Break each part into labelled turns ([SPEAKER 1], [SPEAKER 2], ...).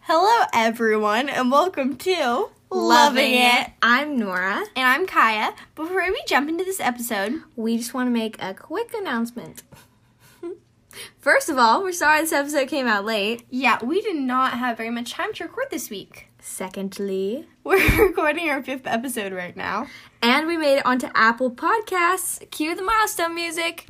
[SPEAKER 1] Hello, everyone, and welcome to
[SPEAKER 2] I'm Nora.
[SPEAKER 1] And I'm Kaya. Before we jump into this episode,
[SPEAKER 2] We just want to make a quick announcement. First of all, we're sorry this episode came out late.
[SPEAKER 1] yeah, we did not have very much time to record this week.
[SPEAKER 2] Secondly,
[SPEAKER 1] We're recording our fifth episode right now.
[SPEAKER 2] and we made it onto Apple Podcasts. Cue the milestone music.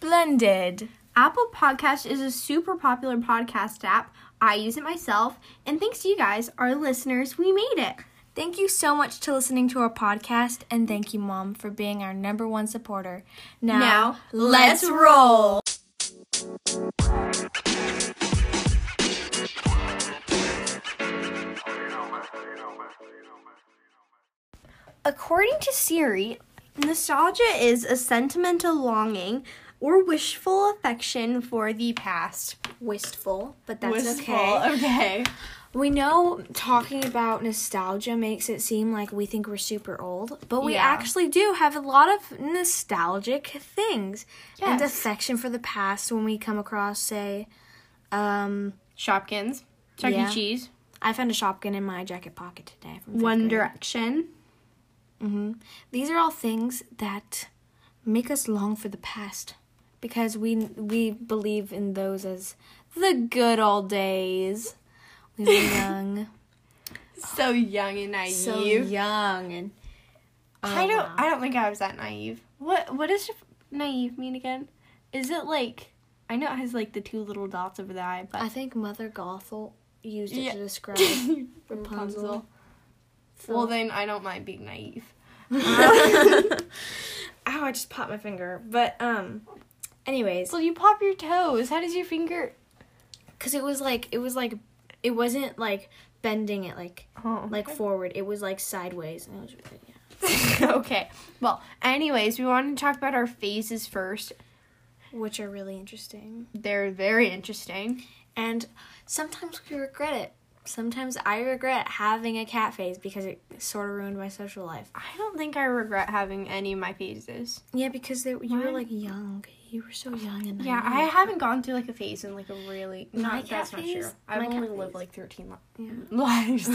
[SPEAKER 2] Blended.
[SPEAKER 1] Apple Podcast is a super popular podcast app. I use it myself, and thanks to you guys, our listeners, we made it.
[SPEAKER 2] Thank you so much to listening to our podcast, and thank you, Mom, for being our number one supporter. Now,
[SPEAKER 1] Now,
[SPEAKER 2] let's
[SPEAKER 1] let's
[SPEAKER 2] roll.
[SPEAKER 1] According to Siri, nostalgia is a sentimental longing or wishful affection for the past.
[SPEAKER 2] Wistful, but that's
[SPEAKER 1] Wistful,
[SPEAKER 2] okay.
[SPEAKER 1] Okay.
[SPEAKER 2] We know talking about nostalgia makes it seem like we think we're super old, but we
[SPEAKER 1] Yeah.
[SPEAKER 2] actually do have a lot of nostalgic things and
[SPEAKER 1] Yes.
[SPEAKER 2] affection for the past when we come across, say, um,
[SPEAKER 1] Shopkins, Chuck
[SPEAKER 2] Yeah.
[SPEAKER 1] E. Cheese,
[SPEAKER 2] I found a shopkin in my jacket pocket today. From fifth
[SPEAKER 1] One
[SPEAKER 2] grade.
[SPEAKER 1] Direction.
[SPEAKER 2] Mm-hmm. These are all things that make us long for the past because we we believe in those as the good old days. We were young,
[SPEAKER 1] So young and naive.
[SPEAKER 2] so young, and Oh,
[SPEAKER 1] I don't. I don't think I was that naive. What What does naive mean again? Is it like? I know it has like the two little dots over the eye, but
[SPEAKER 2] I think Mother Gothel used it
[SPEAKER 1] Yeah.
[SPEAKER 2] to describe Rapunzel.
[SPEAKER 1] Rapunzel. Well, then I don't mind being naive.
[SPEAKER 2] Ow, I just popped my finger. But um anyways,
[SPEAKER 1] So you pop your toes. How does your finger?
[SPEAKER 2] cuz it was like it was like it wasn't like bending it like
[SPEAKER 1] Oh.
[SPEAKER 2] like forward. It was like sideways and it was really, yeah.
[SPEAKER 1] okay. Well, anyways, we want to talk about our phases first.
[SPEAKER 2] which are really interesting.
[SPEAKER 1] They're very interesting.
[SPEAKER 2] And sometimes we regret it. Sometimes I regret having a cat phase because it sort of ruined my social life.
[SPEAKER 1] I don't think I regret having any of my phases.
[SPEAKER 2] Yeah, because they, you were
[SPEAKER 1] Mine-
[SPEAKER 2] like young. You were so young and
[SPEAKER 1] Yeah, I
[SPEAKER 2] naive.
[SPEAKER 1] haven't gone through like a phase in like a really
[SPEAKER 2] My
[SPEAKER 1] not
[SPEAKER 2] cat
[SPEAKER 1] that's not true.
[SPEAKER 2] phase?
[SPEAKER 1] I've
[SPEAKER 2] My cat
[SPEAKER 1] only
[SPEAKER 2] phase.
[SPEAKER 1] lived like thirteen li-
[SPEAKER 2] Yeah.
[SPEAKER 1] lives.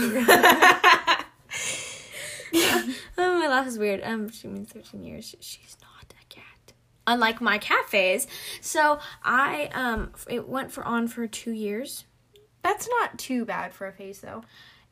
[SPEAKER 2] Oh, my laugh is weird. Um, she means 13 years. She- She's not a cat. Unlike my cat phase. So I, um, f- it went for on for two years.
[SPEAKER 1] that's not too bad for a phase though.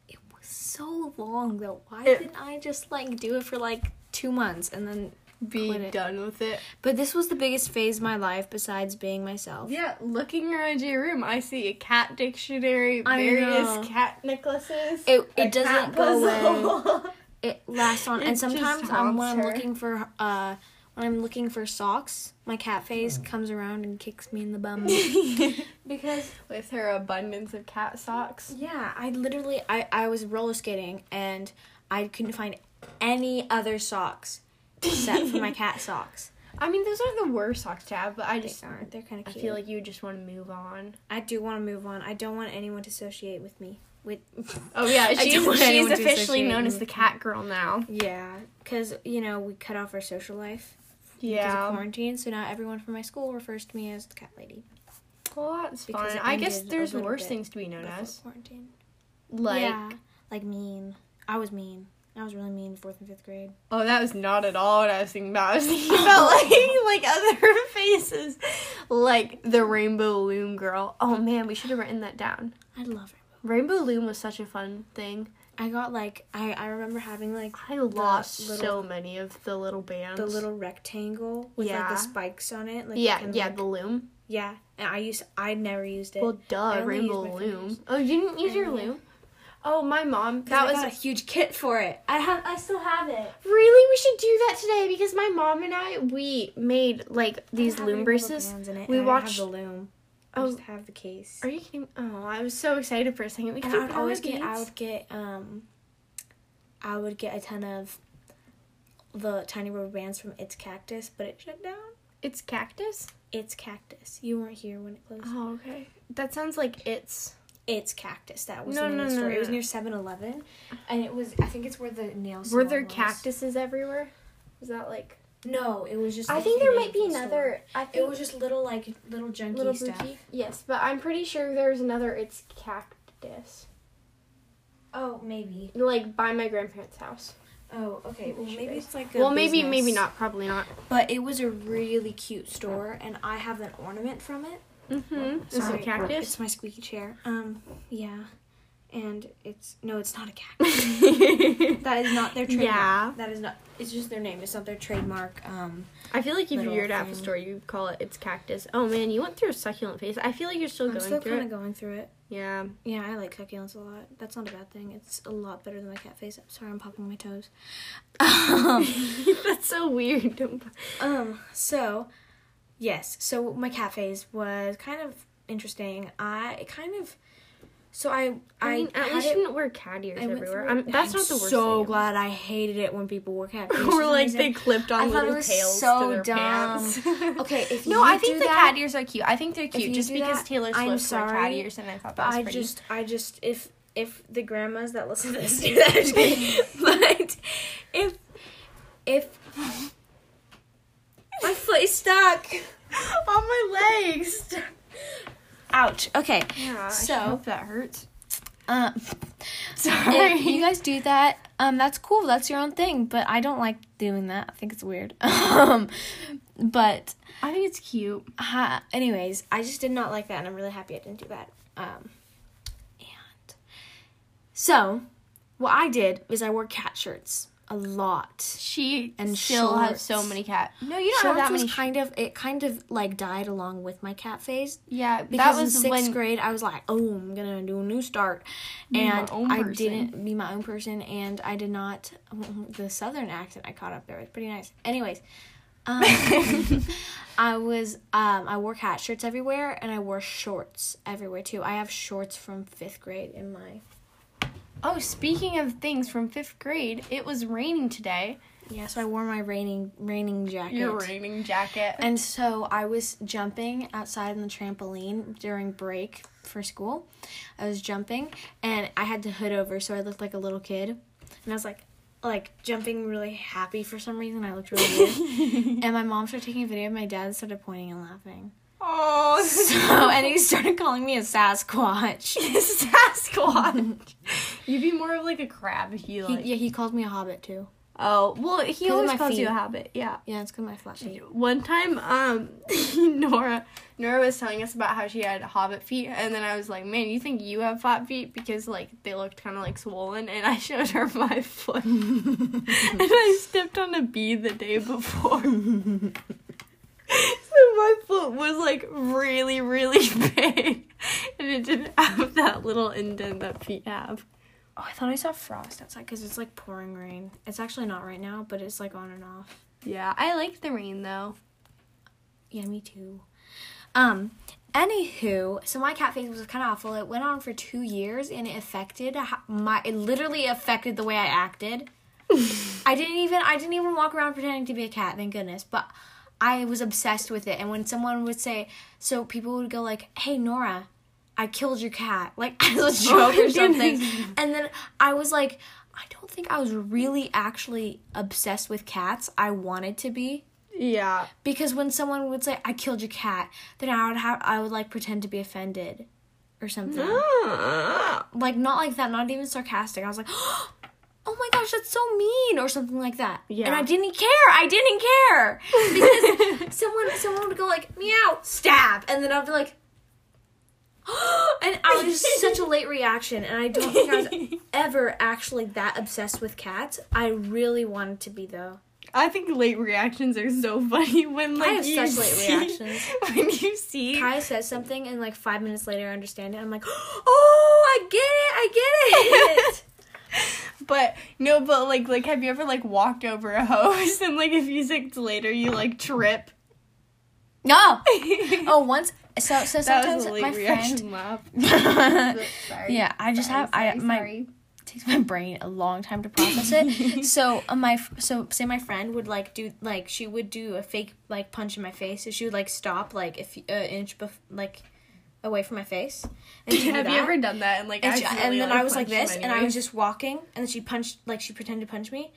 [SPEAKER 2] It was so long though. Why
[SPEAKER 1] It-
[SPEAKER 2] didn't I just like do it for like two months and then,
[SPEAKER 1] Be
[SPEAKER 2] Quit it.
[SPEAKER 1] done with it.
[SPEAKER 2] but this was the biggest phase of my life besides being myself.
[SPEAKER 1] Yeah, looking around your room, I see a cat dictionary,
[SPEAKER 2] I
[SPEAKER 1] various
[SPEAKER 2] know.
[SPEAKER 1] cat necklaces.
[SPEAKER 2] It,
[SPEAKER 1] a
[SPEAKER 2] it
[SPEAKER 1] cat
[SPEAKER 2] doesn't go away.
[SPEAKER 1] puzzle.
[SPEAKER 2] It lasts on,
[SPEAKER 1] It
[SPEAKER 2] and
[SPEAKER 1] just
[SPEAKER 2] sometimes um, when
[SPEAKER 1] haunts
[SPEAKER 2] I'm
[SPEAKER 1] her.
[SPEAKER 2] looking for uh, when I'm looking for socks, my cat phase comes around and kicks me in the bum because
[SPEAKER 1] with her abundance of cat socks.
[SPEAKER 2] Yeah, I literally I I was roller skating and I couldn't find any other socks except for my cat socks.
[SPEAKER 1] I mean, those aren't the worst socks to have, but I just
[SPEAKER 2] Aren't they're kind of
[SPEAKER 1] I
[SPEAKER 2] cute?
[SPEAKER 1] feel like you would just want to move on.
[SPEAKER 2] I do want to move on. I don't want anyone to associate with me. With
[SPEAKER 1] Oh yeah,
[SPEAKER 2] don't
[SPEAKER 1] she's,
[SPEAKER 2] want
[SPEAKER 1] she's
[SPEAKER 2] anyone to
[SPEAKER 1] officially
[SPEAKER 2] associate
[SPEAKER 1] known
[SPEAKER 2] me
[SPEAKER 1] as the cat girl now.
[SPEAKER 2] yeah, because you know we cut off our social life because of
[SPEAKER 1] Yeah.
[SPEAKER 2] quarantine. So now everyone from my school refers to me as the cat lady.
[SPEAKER 1] Well, that's
[SPEAKER 2] Because
[SPEAKER 1] fun.
[SPEAKER 2] it
[SPEAKER 1] I guess
[SPEAKER 2] ended a
[SPEAKER 1] there's
[SPEAKER 2] little
[SPEAKER 1] worse
[SPEAKER 2] bit
[SPEAKER 1] things to be known
[SPEAKER 2] before
[SPEAKER 1] as.
[SPEAKER 2] quarantine.
[SPEAKER 1] Like,
[SPEAKER 2] yeah, like mean. I was mean. I was really mean in fourth and fifth grade.
[SPEAKER 1] oh, that was not at all what I was thinking about. I was thinking about like like other faces, like the rainbow loom girl. Oh man, we should have written that down.
[SPEAKER 2] I love it.
[SPEAKER 1] Rainbow loom was such a fun thing.
[SPEAKER 2] I got like I I remember having like
[SPEAKER 1] I lost so
[SPEAKER 2] little-
[SPEAKER 1] many of the little bands.
[SPEAKER 2] the little rectangle with like
[SPEAKER 1] Yeah.
[SPEAKER 2] the spikes on it. Like
[SPEAKER 1] yeah,
[SPEAKER 2] kinda
[SPEAKER 1] yeah,
[SPEAKER 2] like-
[SPEAKER 1] the loom.
[SPEAKER 2] yeah. And I used I never used it.
[SPEAKER 1] Well, duh,
[SPEAKER 2] only
[SPEAKER 1] rainbow
[SPEAKER 2] used my
[SPEAKER 1] loom.
[SPEAKER 2] fingers.
[SPEAKER 1] Oh, you didn't use your
[SPEAKER 2] Yeah.
[SPEAKER 1] loom. Oh, my mom.
[SPEAKER 2] 'Cause
[SPEAKER 1] That
[SPEAKER 2] I
[SPEAKER 1] was
[SPEAKER 2] got a huge kit for it. I have I still have it.
[SPEAKER 1] Really, we should do that today because my mom and I we made like
[SPEAKER 2] I
[SPEAKER 1] these
[SPEAKER 2] don't have
[SPEAKER 1] loom
[SPEAKER 2] any
[SPEAKER 1] braces.
[SPEAKER 2] little bands in it,
[SPEAKER 1] We
[SPEAKER 2] and I don't have
[SPEAKER 1] watched.
[SPEAKER 2] the loom. I
[SPEAKER 1] Oh.
[SPEAKER 2] just have the case.
[SPEAKER 1] Are you kidding? Oh, I was so excited for a second. We
[SPEAKER 2] And
[SPEAKER 1] could
[SPEAKER 2] I would always get I
[SPEAKER 1] out.
[SPEAKER 2] would get um I would get a ton of the tiny rubber bands from It's Cactus, but it shut down.
[SPEAKER 1] It's cactus.
[SPEAKER 2] It's Cactus. You weren't here when it closed.
[SPEAKER 1] Oh, okay. That sounds like it's.
[SPEAKER 2] It's Cactus. That was
[SPEAKER 1] No,
[SPEAKER 2] the name
[SPEAKER 1] no,
[SPEAKER 2] of the
[SPEAKER 1] no,
[SPEAKER 2] store.
[SPEAKER 1] no,
[SPEAKER 2] It was
[SPEAKER 1] no. Uh-huh.
[SPEAKER 2] near 7-Eleven, and it was I think it's where the nail.
[SPEAKER 1] Were
[SPEAKER 2] salon
[SPEAKER 1] there
[SPEAKER 2] was.
[SPEAKER 1] cactuses everywhere? Was that like?
[SPEAKER 2] No, it was just.
[SPEAKER 1] I
[SPEAKER 2] like
[SPEAKER 1] think
[SPEAKER 2] the
[SPEAKER 1] there
[SPEAKER 2] name
[SPEAKER 1] might be
[SPEAKER 2] of the store.
[SPEAKER 1] another. I think
[SPEAKER 2] It was just little like little junky
[SPEAKER 1] little
[SPEAKER 2] stuff.
[SPEAKER 1] boutique. Yes, but I'm pretty sure there's another. It's cact. practice.
[SPEAKER 2] Oh, maybe.
[SPEAKER 1] Like by my grandparents' house.
[SPEAKER 2] Oh, okay. Well, maybe it's like a
[SPEAKER 1] well, maybe,
[SPEAKER 2] business.
[SPEAKER 1] maybe not. Uh-huh. Probably not.
[SPEAKER 2] But it was a really cute store, and I have an ornament from it.
[SPEAKER 1] Mm-hmm. Is it a
[SPEAKER 2] Sorry,
[SPEAKER 1] cactus?
[SPEAKER 2] It's my squeaky chair. Um, yeah. And it's no, it's not a cactus. that is not their trademark.
[SPEAKER 1] Yeah.
[SPEAKER 2] That is not. It's just their name. It's not their trademark. Um,
[SPEAKER 1] I feel like if
[SPEAKER 2] Little
[SPEAKER 1] you're at Apple
[SPEAKER 2] thing.
[SPEAKER 1] Store, you call it it's cactus. Oh man, you went through a succulent phase. I feel like you're still
[SPEAKER 2] I'm
[SPEAKER 1] going
[SPEAKER 2] still
[SPEAKER 1] through
[SPEAKER 2] kind
[SPEAKER 1] it.
[SPEAKER 2] of going through it.
[SPEAKER 1] yeah.
[SPEAKER 2] Yeah, I like succulents a lot. That's not a bad thing. It's a lot better than my cat face. I'm sorry, I'm popping my toes. Um,
[SPEAKER 1] That's so weird. Don't-
[SPEAKER 2] um, so yes, so my cat phase was kind of interesting. I it kind of so I
[SPEAKER 1] I mean, at
[SPEAKER 2] had
[SPEAKER 1] least
[SPEAKER 2] it-
[SPEAKER 1] you didn't wear cat ears
[SPEAKER 2] I went
[SPEAKER 1] everywhere.
[SPEAKER 2] through it.
[SPEAKER 1] I'm, that's
[SPEAKER 2] I'm
[SPEAKER 1] not the worst.
[SPEAKER 2] So
[SPEAKER 1] thing.
[SPEAKER 2] glad I hated it when people wore cat faces.
[SPEAKER 1] or
[SPEAKER 2] for
[SPEAKER 1] like
[SPEAKER 2] some
[SPEAKER 1] they
[SPEAKER 2] reason.
[SPEAKER 1] clipped on
[SPEAKER 2] I thought it
[SPEAKER 1] little
[SPEAKER 2] was
[SPEAKER 1] tails
[SPEAKER 2] so
[SPEAKER 1] to their
[SPEAKER 2] dumb.
[SPEAKER 1] pants.
[SPEAKER 2] Okay, if
[SPEAKER 1] no,
[SPEAKER 2] you
[SPEAKER 1] I think
[SPEAKER 2] do
[SPEAKER 1] the
[SPEAKER 2] that,
[SPEAKER 1] cat ears are cute. I think they're cute
[SPEAKER 2] you
[SPEAKER 1] just
[SPEAKER 2] do
[SPEAKER 1] because
[SPEAKER 2] that,
[SPEAKER 1] Taylor
[SPEAKER 2] I'm
[SPEAKER 1] Swift wore cat
[SPEAKER 2] sorry,
[SPEAKER 1] ears, and I thought that was
[SPEAKER 2] I
[SPEAKER 1] pretty.
[SPEAKER 2] just, I just, if if the grandmas that listen to this do that, I'm just kidding. but if if my foot is stuck
[SPEAKER 1] on my legs.
[SPEAKER 2] ouch. Okay,
[SPEAKER 1] Yeah,
[SPEAKER 2] So-
[SPEAKER 1] I hope that hurts.
[SPEAKER 2] um,
[SPEAKER 1] Sorry.
[SPEAKER 2] if you guys do that, um, that's cool. That's your own thing. But I don't like doing that. I think it's weird. um, but
[SPEAKER 1] I think it's cute.
[SPEAKER 2] ha- anyways, I just did not like that, and I'm really happy I didn't do that. Um, and so, what I did is I wore cat shirts a lot.
[SPEAKER 1] She
[SPEAKER 2] And
[SPEAKER 1] still has so
[SPEAKER 2] shorts.
[SPEAKER 1] many cat. No, you don't
[SPEAKER 2] Shorts
[SPEAKER 1] have that many.
[SPEAKER 2] was kind of it kind of like died along with my cat phase
[SPEAKER 1] yeah,
[SPEAKER 2] because
[SPEAKER 1] that was
[SPEAKER 2] in sixth
[SPEAKER 1] when
[SPEAKER 2] grade I was like, oh, I'm gonna do a new start,
[SPEAKER 1] my
[SPEAKER 2] and
[SPEAKER 1] own
[SPEAKER 2] I
[SPEAKER 1] person.
[SPEAKER 2] didn't be my own person, and I did not the southern accent I caught up there was pretty nice. Anyways, um, I was um, I wore cat shirts everywhere, and I wore shorts everywhere too. I have shorts from fifth grade in my
[SPEAKER 1] Oh, speaking of things from fifth grade, it was raining today.
[SPEAKER 2] yeah, so I wore my raining raining jacket.
[SPEAKER 1] raining jacket.
[SPEAKER 2] And so I was jumping outside on the trampoline during break for school. I was jumping and I had the hood over so I looked like a little kid. And I was like like jumping really happy for some reason. I looked really weird. and my mom started taking a video of my dad and started pointing and laughing.
[SPEAKER 1] oh,
[SPEAKER 2] So and he started calling me a Sasquatch.
[SPEAKER 1] Sasquatch. You'd be more of like a crab if you
[SPEAKER 2] He,
[SPEAKER 1] like.
[SPEAKER 2] yeah, he called me a hobbit too.
[SPEAKER 1] Oh, well, he
[SPEAKER 2] of
[SPEAKER 1] always
[SPEAKER 2] my
[SPEAKER 1] calls you a
[SPEAKER 2] feet.
[SPEAKER 1] habit. Yeah.
[SPEAKER 2] Yeah, it's because my flat feet.
[SPEAKER 1] One time, um, Nora, Nora was telling us about how she had hobbit feet, and then I was like, "Man, you think you have flat feet because like they looked kind of like swollen?" And I showed her my foot, and I stepped on a bee the day before, so my foot was like really, really big, and it didn't have that little indent that feet have.
[SPEAKER 2] Oh, I thought I saw frost outside because it's like pouring rain. It's actually not right now, but it's like on and off.
[SPEAKER 1] Yeah, I like the rain though.
[SPEAKER 2] Yeah, me too. Um, anywho, so my cat phase was kind of awful. It went on for two years, and it affected ho- my. It literally affected the way I acted. I didn't even. I didn't even walk around pretending to be a cat. Thank goodness, but. I was obsessed with it, and when someone would say, so people would go like, "Hey Nora, I killed your cat," like as a joke or
[SPEAKER 1] goodness.
[SPEAKER 2] something, and then I was like, I don't think I was really actually obsessed with cats. I wanted to be,
[SPEAKER 1] Yeah,
[SPEAKER 2] because when someone would say i killed your cat then i would have i would like pretend to be offended or something like not like that not even sarcastic i was like oh my gosh that's so mean or something like that
[SPEAKER 1] Yeah.
[SPEAKER 2] and i didn't care i didn't care because someone someone would go like meow stab and then i'd be like and I was just such a late reaction, and I don't think I was ever actually that obsessed with cats. I really wanted to be though.
[SPEAKER 1] I think late reactions are so funny when like
[SPEAKER 2] have
[SPEAKER 1] you
[SPEAKER 2] such late
[SPEAKER 1] see,
[SPEAKER 2] reactions.
[SPEAKER 1] when you see
[SPEAKER 2] Kaya says something, and like five minutes later, I understand it. I'm like, oh, I get it, I get it.
[SPEAKER 1] but no but like like have you ever like walked over a hose and like a few seconds later you like trip
[SPEAKER 2] no. Oh, once. So,
[SPEAKER 1] that
[SPEAKER 2] so
[SPEAKER 1] was
[SPEAKER 2] sometimes
[SPEAKER 1] a late
[SPEAKER 2] my friend.
[SPEAKER 1] reaction laugh sorry
[SPEAKER 2] yeah, I just have I my takes my brain a long time to process it. so uh, my f- so say my friend would like do like she would do a fake like punch in my face. So she would like stop like a few, uh, inch bef- like away from my face. And she would do
[SPEAKER 1] have you
[SPEAKER 2] that.
[SPEAKER 1] ever done that and like
[SPEAKER 2] and, she,
[SPEAKER 1] accidentally,
[SPEAKER 2] and then I was like
[SPEAKER 1] punched
[SPEAKER 2] this,
[SPEAKER 1] him
[SPEAKER 2] and I
[SPEAKER 1] anyway?
[SPEAKER 2] was just walking, and then she punched, like she pretended to punch me,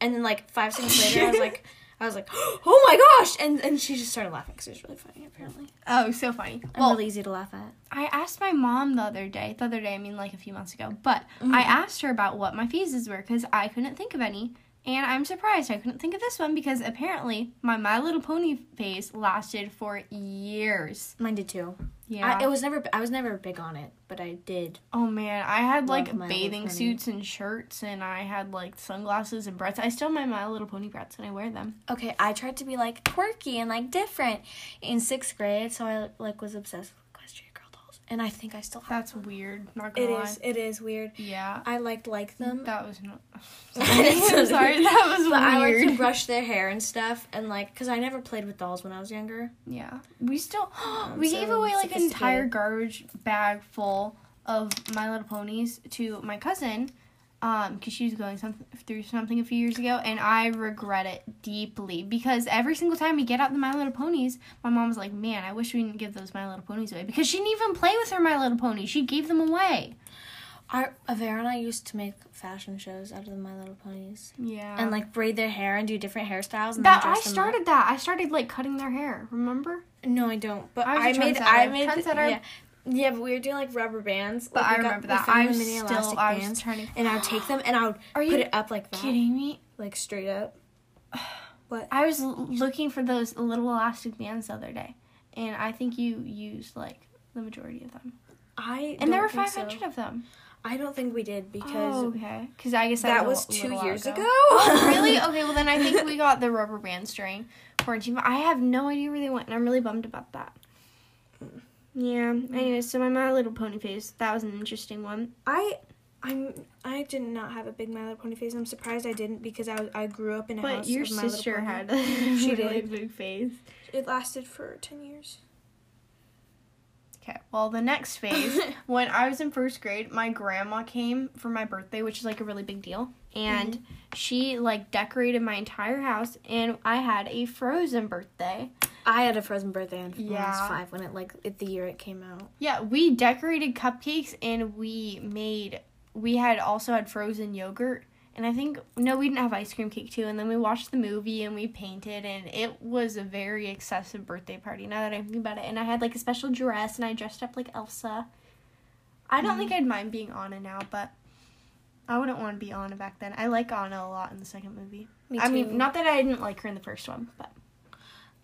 [SPEAKER 2] and then like five seconds later, I was like, I was like, oh my gosh, and and she just started laughing because it was really funny. Apparently,
[SPEAKER 1] oh so funny
[SPEAKER 2] I'm
[SPEAKER 1] well
[SPEAKER 2] really easy to laugh at.
[SPEAKER 1] I asked my mom the other day. The other day, I mean like a few months ago. But
[SPEAKER 2] Mm-hmm.
[SPEAKER 1] I asked her about what my phases were because I couldn't think of any. And I'm surprised I couldn't think of this one because apparently my My Little Pony phase lasted for years.
[SPEAKER 2] Mine did too.
[SPEAKER 1] Yeah.
[SPEAKER 2] I, it was never. I was never big on it, but I did.
[SPEAKER 1] oh man, I had like
[SPEAKER 2] Love My Little
[SPEAKER 1] bathing
[SPEAKER 2] Pony.
[SPEAKER 1] suits and shirts, and I had like sunglasses and brats. I still have my My Little Pony brats, and I wear them.
[SPEAKER 2] Okay, I tried to be like quirky and like different in sixth grade, so I like was obsessed with Equestria Girl dolls, and I think I still have.
[SPEAKER 1] That's weird. Not
[SPEAKER 2] It
[SPEAKER 1] gonna lie.
[SPEAKER 2] is. It is weird.
[SPEAKER 1] Yeah.
[SPEAKER 2] I liked like them.
[SPEAKER 1] That was not.
[SPEAKER 2] I'm
[SPEAKER 1] I'm sorry. That was
[SPEAKER 2] But I like
[SPEAKER 1] weird.
[SPEAKER 2] to brush their hair and stuff, and like, cause I never played with dolls when I was younger.
[SPEAKER 1] Yeah. We still we gave
[SPEAKER 2] so
[SPEAKER 1] away like an entire
[SPEAKER 2] sophisticated.
[SPEAKER 1] garbage bag full of My Little Ponies to my cousin um cuz she was going something through something a few years ago and I regret it deeply because every single time we get out the My Little Ponies, my mom was like, "Man, I wish we didn't give those My Little Ponies away because she didn't even play with her My Little Ponies. She gave them away."
[SPEAKER 2] Our Avera and I used to make fashion shows out of the My Little Ponies,
[SPEAKER 1] Yeah.
[SPEAKER 2] and like braid their hair and do different hairstyles. And
[SPEAKER 1] that
[SPEAKER 2] then
[SPEAKER 1] I
[SPEAKER 2] dress them up.
[SPEAKER 1] started that. I started like cutting their hair, remember?
[SPEAKER 2] No, I don't. But
[SPEAKER 1] I was
[SPEAKER 2] I,
[SPEAKER 1] a
[SPEAKER 2] made
[SPEAKER 1] trendsetter.
[SPEAKER 2] I made the-
[SPEAKER 1] Trendsetter.
[SPEAKER 2] yeah. Yeah, but we were doing like rubber bands.
[SPEAKER 1] But
[SPEAKER 2] Like,
[SPEAKER 1] I
[SPEAKER 2] we got-
[SPEAKER 1] remember
[SPEAKER 2] we
[SPEAKER 1] that.
[SPEAKER 2] found
[SPEAKER 1] I
[SPEAKER 2] the
[SPEAKER 1] was
[SPEAKER 2] mini
[SPEAKER 1] still
[SPEAKER 2] elastic
[SPEAKER 1] I was
[SPEAKER 2] bands,
[SPEAKER 1] turning
[SPEAKER 2] and I would take them and I would
[SPEAKER 1] Are you
[SPEAKER 2] put it up like that,
[SPEAKER 1] kidding me?
[SPEAKER 2] like straight up. What?
[SPEAKER 1] I was l- looking for those little elastic bands the other day, and I think you used like the majority of them.
[SPEAKER 2] I
[SPEAKER 1] And there were
[SPEAKER 2] don't think
[SPEAKER 1] five hundred
[SPEAKER 2] So.
[SPEAKER 1] of them.
[SPEAKER 2] I don't think we did because
[SPEAKER 1] Oh, okay. Because I guess
[SPEAKER 2] that
[SPEAKER 1] a
[SPEAKER 2] was
[SPEAKER 1] li-
[SPEAKER 2] two
[SPEAKER 1] little while
[SPEAKER 2] years ago.
[SPEAKER 1] Oh, really? Okay. Well, then I think we got the rubber bands during quarantine. But I have no idea where they went, and I'm really bummed about that. Yeah. Anyway, so my My Little Pony phase. That was an interesting one.
[SPEAKER 2] I. I'm. I did not have a big My Little Pony phase. I'm surprised I didn't because I was, I grew up in a
[SPEAKER 1] But
[SPEAKER 2] house.
[SPEAKER 1] your
[SPEAKER 2] of My Little
[SPEAKER 1] sister
[SPEAKER 2] Pony.
[SPEAKER 1] had a
[SPEAKER 2] She
[SPEAKER 1] really
[SPEAKER 2] did.
[SPEAKER 1] big phase.
[SPEAKER 2] It lasted for ten years.
[SPEAKER 1] Okay. Well, the next phase, when I was in first grade, my grandma came for my birthday, which is like a really big deal, and she like decorated my entire house, and I had a frozen birthday.
[SPEAKER 2] I had a frozen birthday on when I was
[SPEAKER 1] Yeah.
[SPEAKER 2] five when it like it, the year it came out.
[SPEAKER 1] Yeah, we decorated cupcakes, and we made. We had also had frozen yogurt, and I think no, we didn't have ice cream cake too. And then we watched the movie, and we painted, and it was a very excessive birthday party. Now that I'm thinking about it, and I had like a special dress, and I dressed up like Elsa. I don't think
[SPEAKER 2] Mm-hmm.
[SPEAKER 1] I'd mind being Anna now, but I wouldn't want to be Anna back then. I like Anna a lot in the second movie.
[SPEAKER 2] Me
[SPEAKER 1] I
[SPEAKER 2] too.
[SPEAKER 1] mean, not that I didn't like her in the first one, but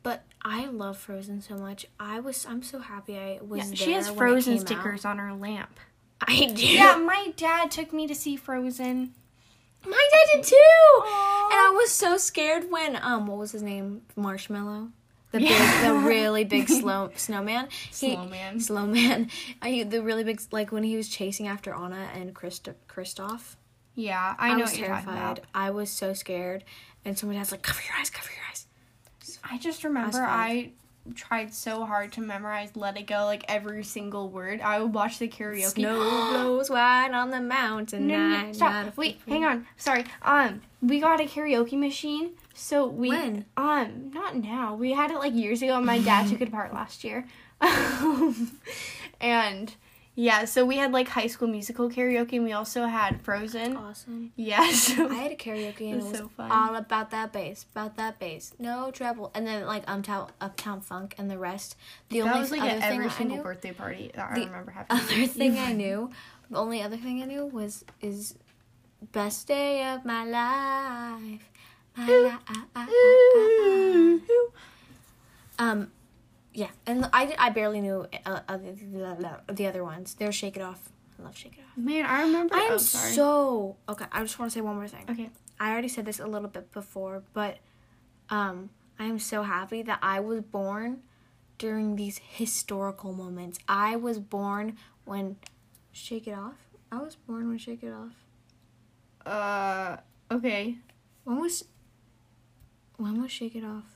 [SPEAKER 2] But I love Frozen so much. I was I'm so happy I was.
[SPEAKER 1] yeah,
[SPEAKER 2] there
[SPEAKER 1] she has
[SPEAKER 2] when it
[SPEAKER 1] Frozen
[SPEAKER 2] came
[SPEAKER 1] stickers on her lamp.
[SPEAKER 2] out. I do.
[SPEAKER 1] Yeah, my dad took me to see Frozen.
[SPEAKER 2] my dad did too.
[SPEAKER 1] Aw.
[SPEAKER 2] And I was so scared when um what was his name Marshmallow, the
[SPEAKER 1] Yeah.
[SPEAKER 2] big, the really big slow snowman. He-
[SPEAKER 1] Slow man.
[SPEAKER 2] Slow man. I the really big like when he was chasing after Anna and Christo- Kristoff.
[SPEAKER 1] Yeah, I, know
[SPEAKER 2] was
[SPEAKER 1] what you're talking about.
[SPEAKER 2] terrified. I was so scared, and so my dad's like, "Cover your eyes, cover your eyes."
[SPEAKER 1] I just remember I,
[SPEAKER 2] five.
[SPEAKER 1] tried so hard to memorize "Let It Go" like every single word. I would watch the karaoke.
[SPEAKER 2] Snow blows white on the mountain.
[SPEAKER 1] No, no, no,
[SPEAKER 2] night, night
[SPEAKER 1] stop.
[SPEAKER 2] of-
[SPEAKER 1] Wait, hang on. Sorry. Um, we got a karaoke machine. So we
[SPEAKER 2] When?
[SPEAKER 1] um not now. We had it like years ago. and My dad took it apart last year. and yeah, so we had like High School Musical karaoke, and we also had Frozen.
[SPEAKER 2] Awesome.
[SPEAKER 1] Yeah. So
[SPEAKER 2] I had a karaoke and
[SPEAKER 1] That's
[SPEAKER 2] it was
[SPEAKER 1] so fun.
[SPEAKER 2] all about that bass, about that bass, no treble, and then like uptown uptown funk and the rest. The
[SPEAKER 1] that
[SPEAKER 2] only
[SPEAKER 1] was like
[SPEAKER 2] other
[SPEAKER 1] at
[SPEAKER 2] thing
[SPEAKER 1] every
[SPEAKER 2] that I
[SPEAKER 1] single
[SPEAKER 2] knew,
[SPEAKER 1] birthday party that I
[SPEAKER 2] The
[SPEAKER 1] remember having.
[SPEAKER 2] other thing I knew, the only other thing I knew was is best day of my life, my ah, uh, life. ah, Um, yeah, and I I barely knew uh, other, the other ones. They're Shake It Off. I love Shake It Off.
[SPEAKER 1] Man, I remember.
[SPEAKER 2] I am
[SPEAKER 1] oh, sorry.
[SPEAKER 2] so okay. I just want to say one more thing.
[SPEAKER 1] okay.
[SPEAKER 2] I already said this a little bit before, but um, I am so happy that I was born during these historical moments. I was born when Shake It Off. I was born when Shake It Off.
[SPEAKER 1] Uh, okay.
[SPEAKER 2] When was when was Shake It Off?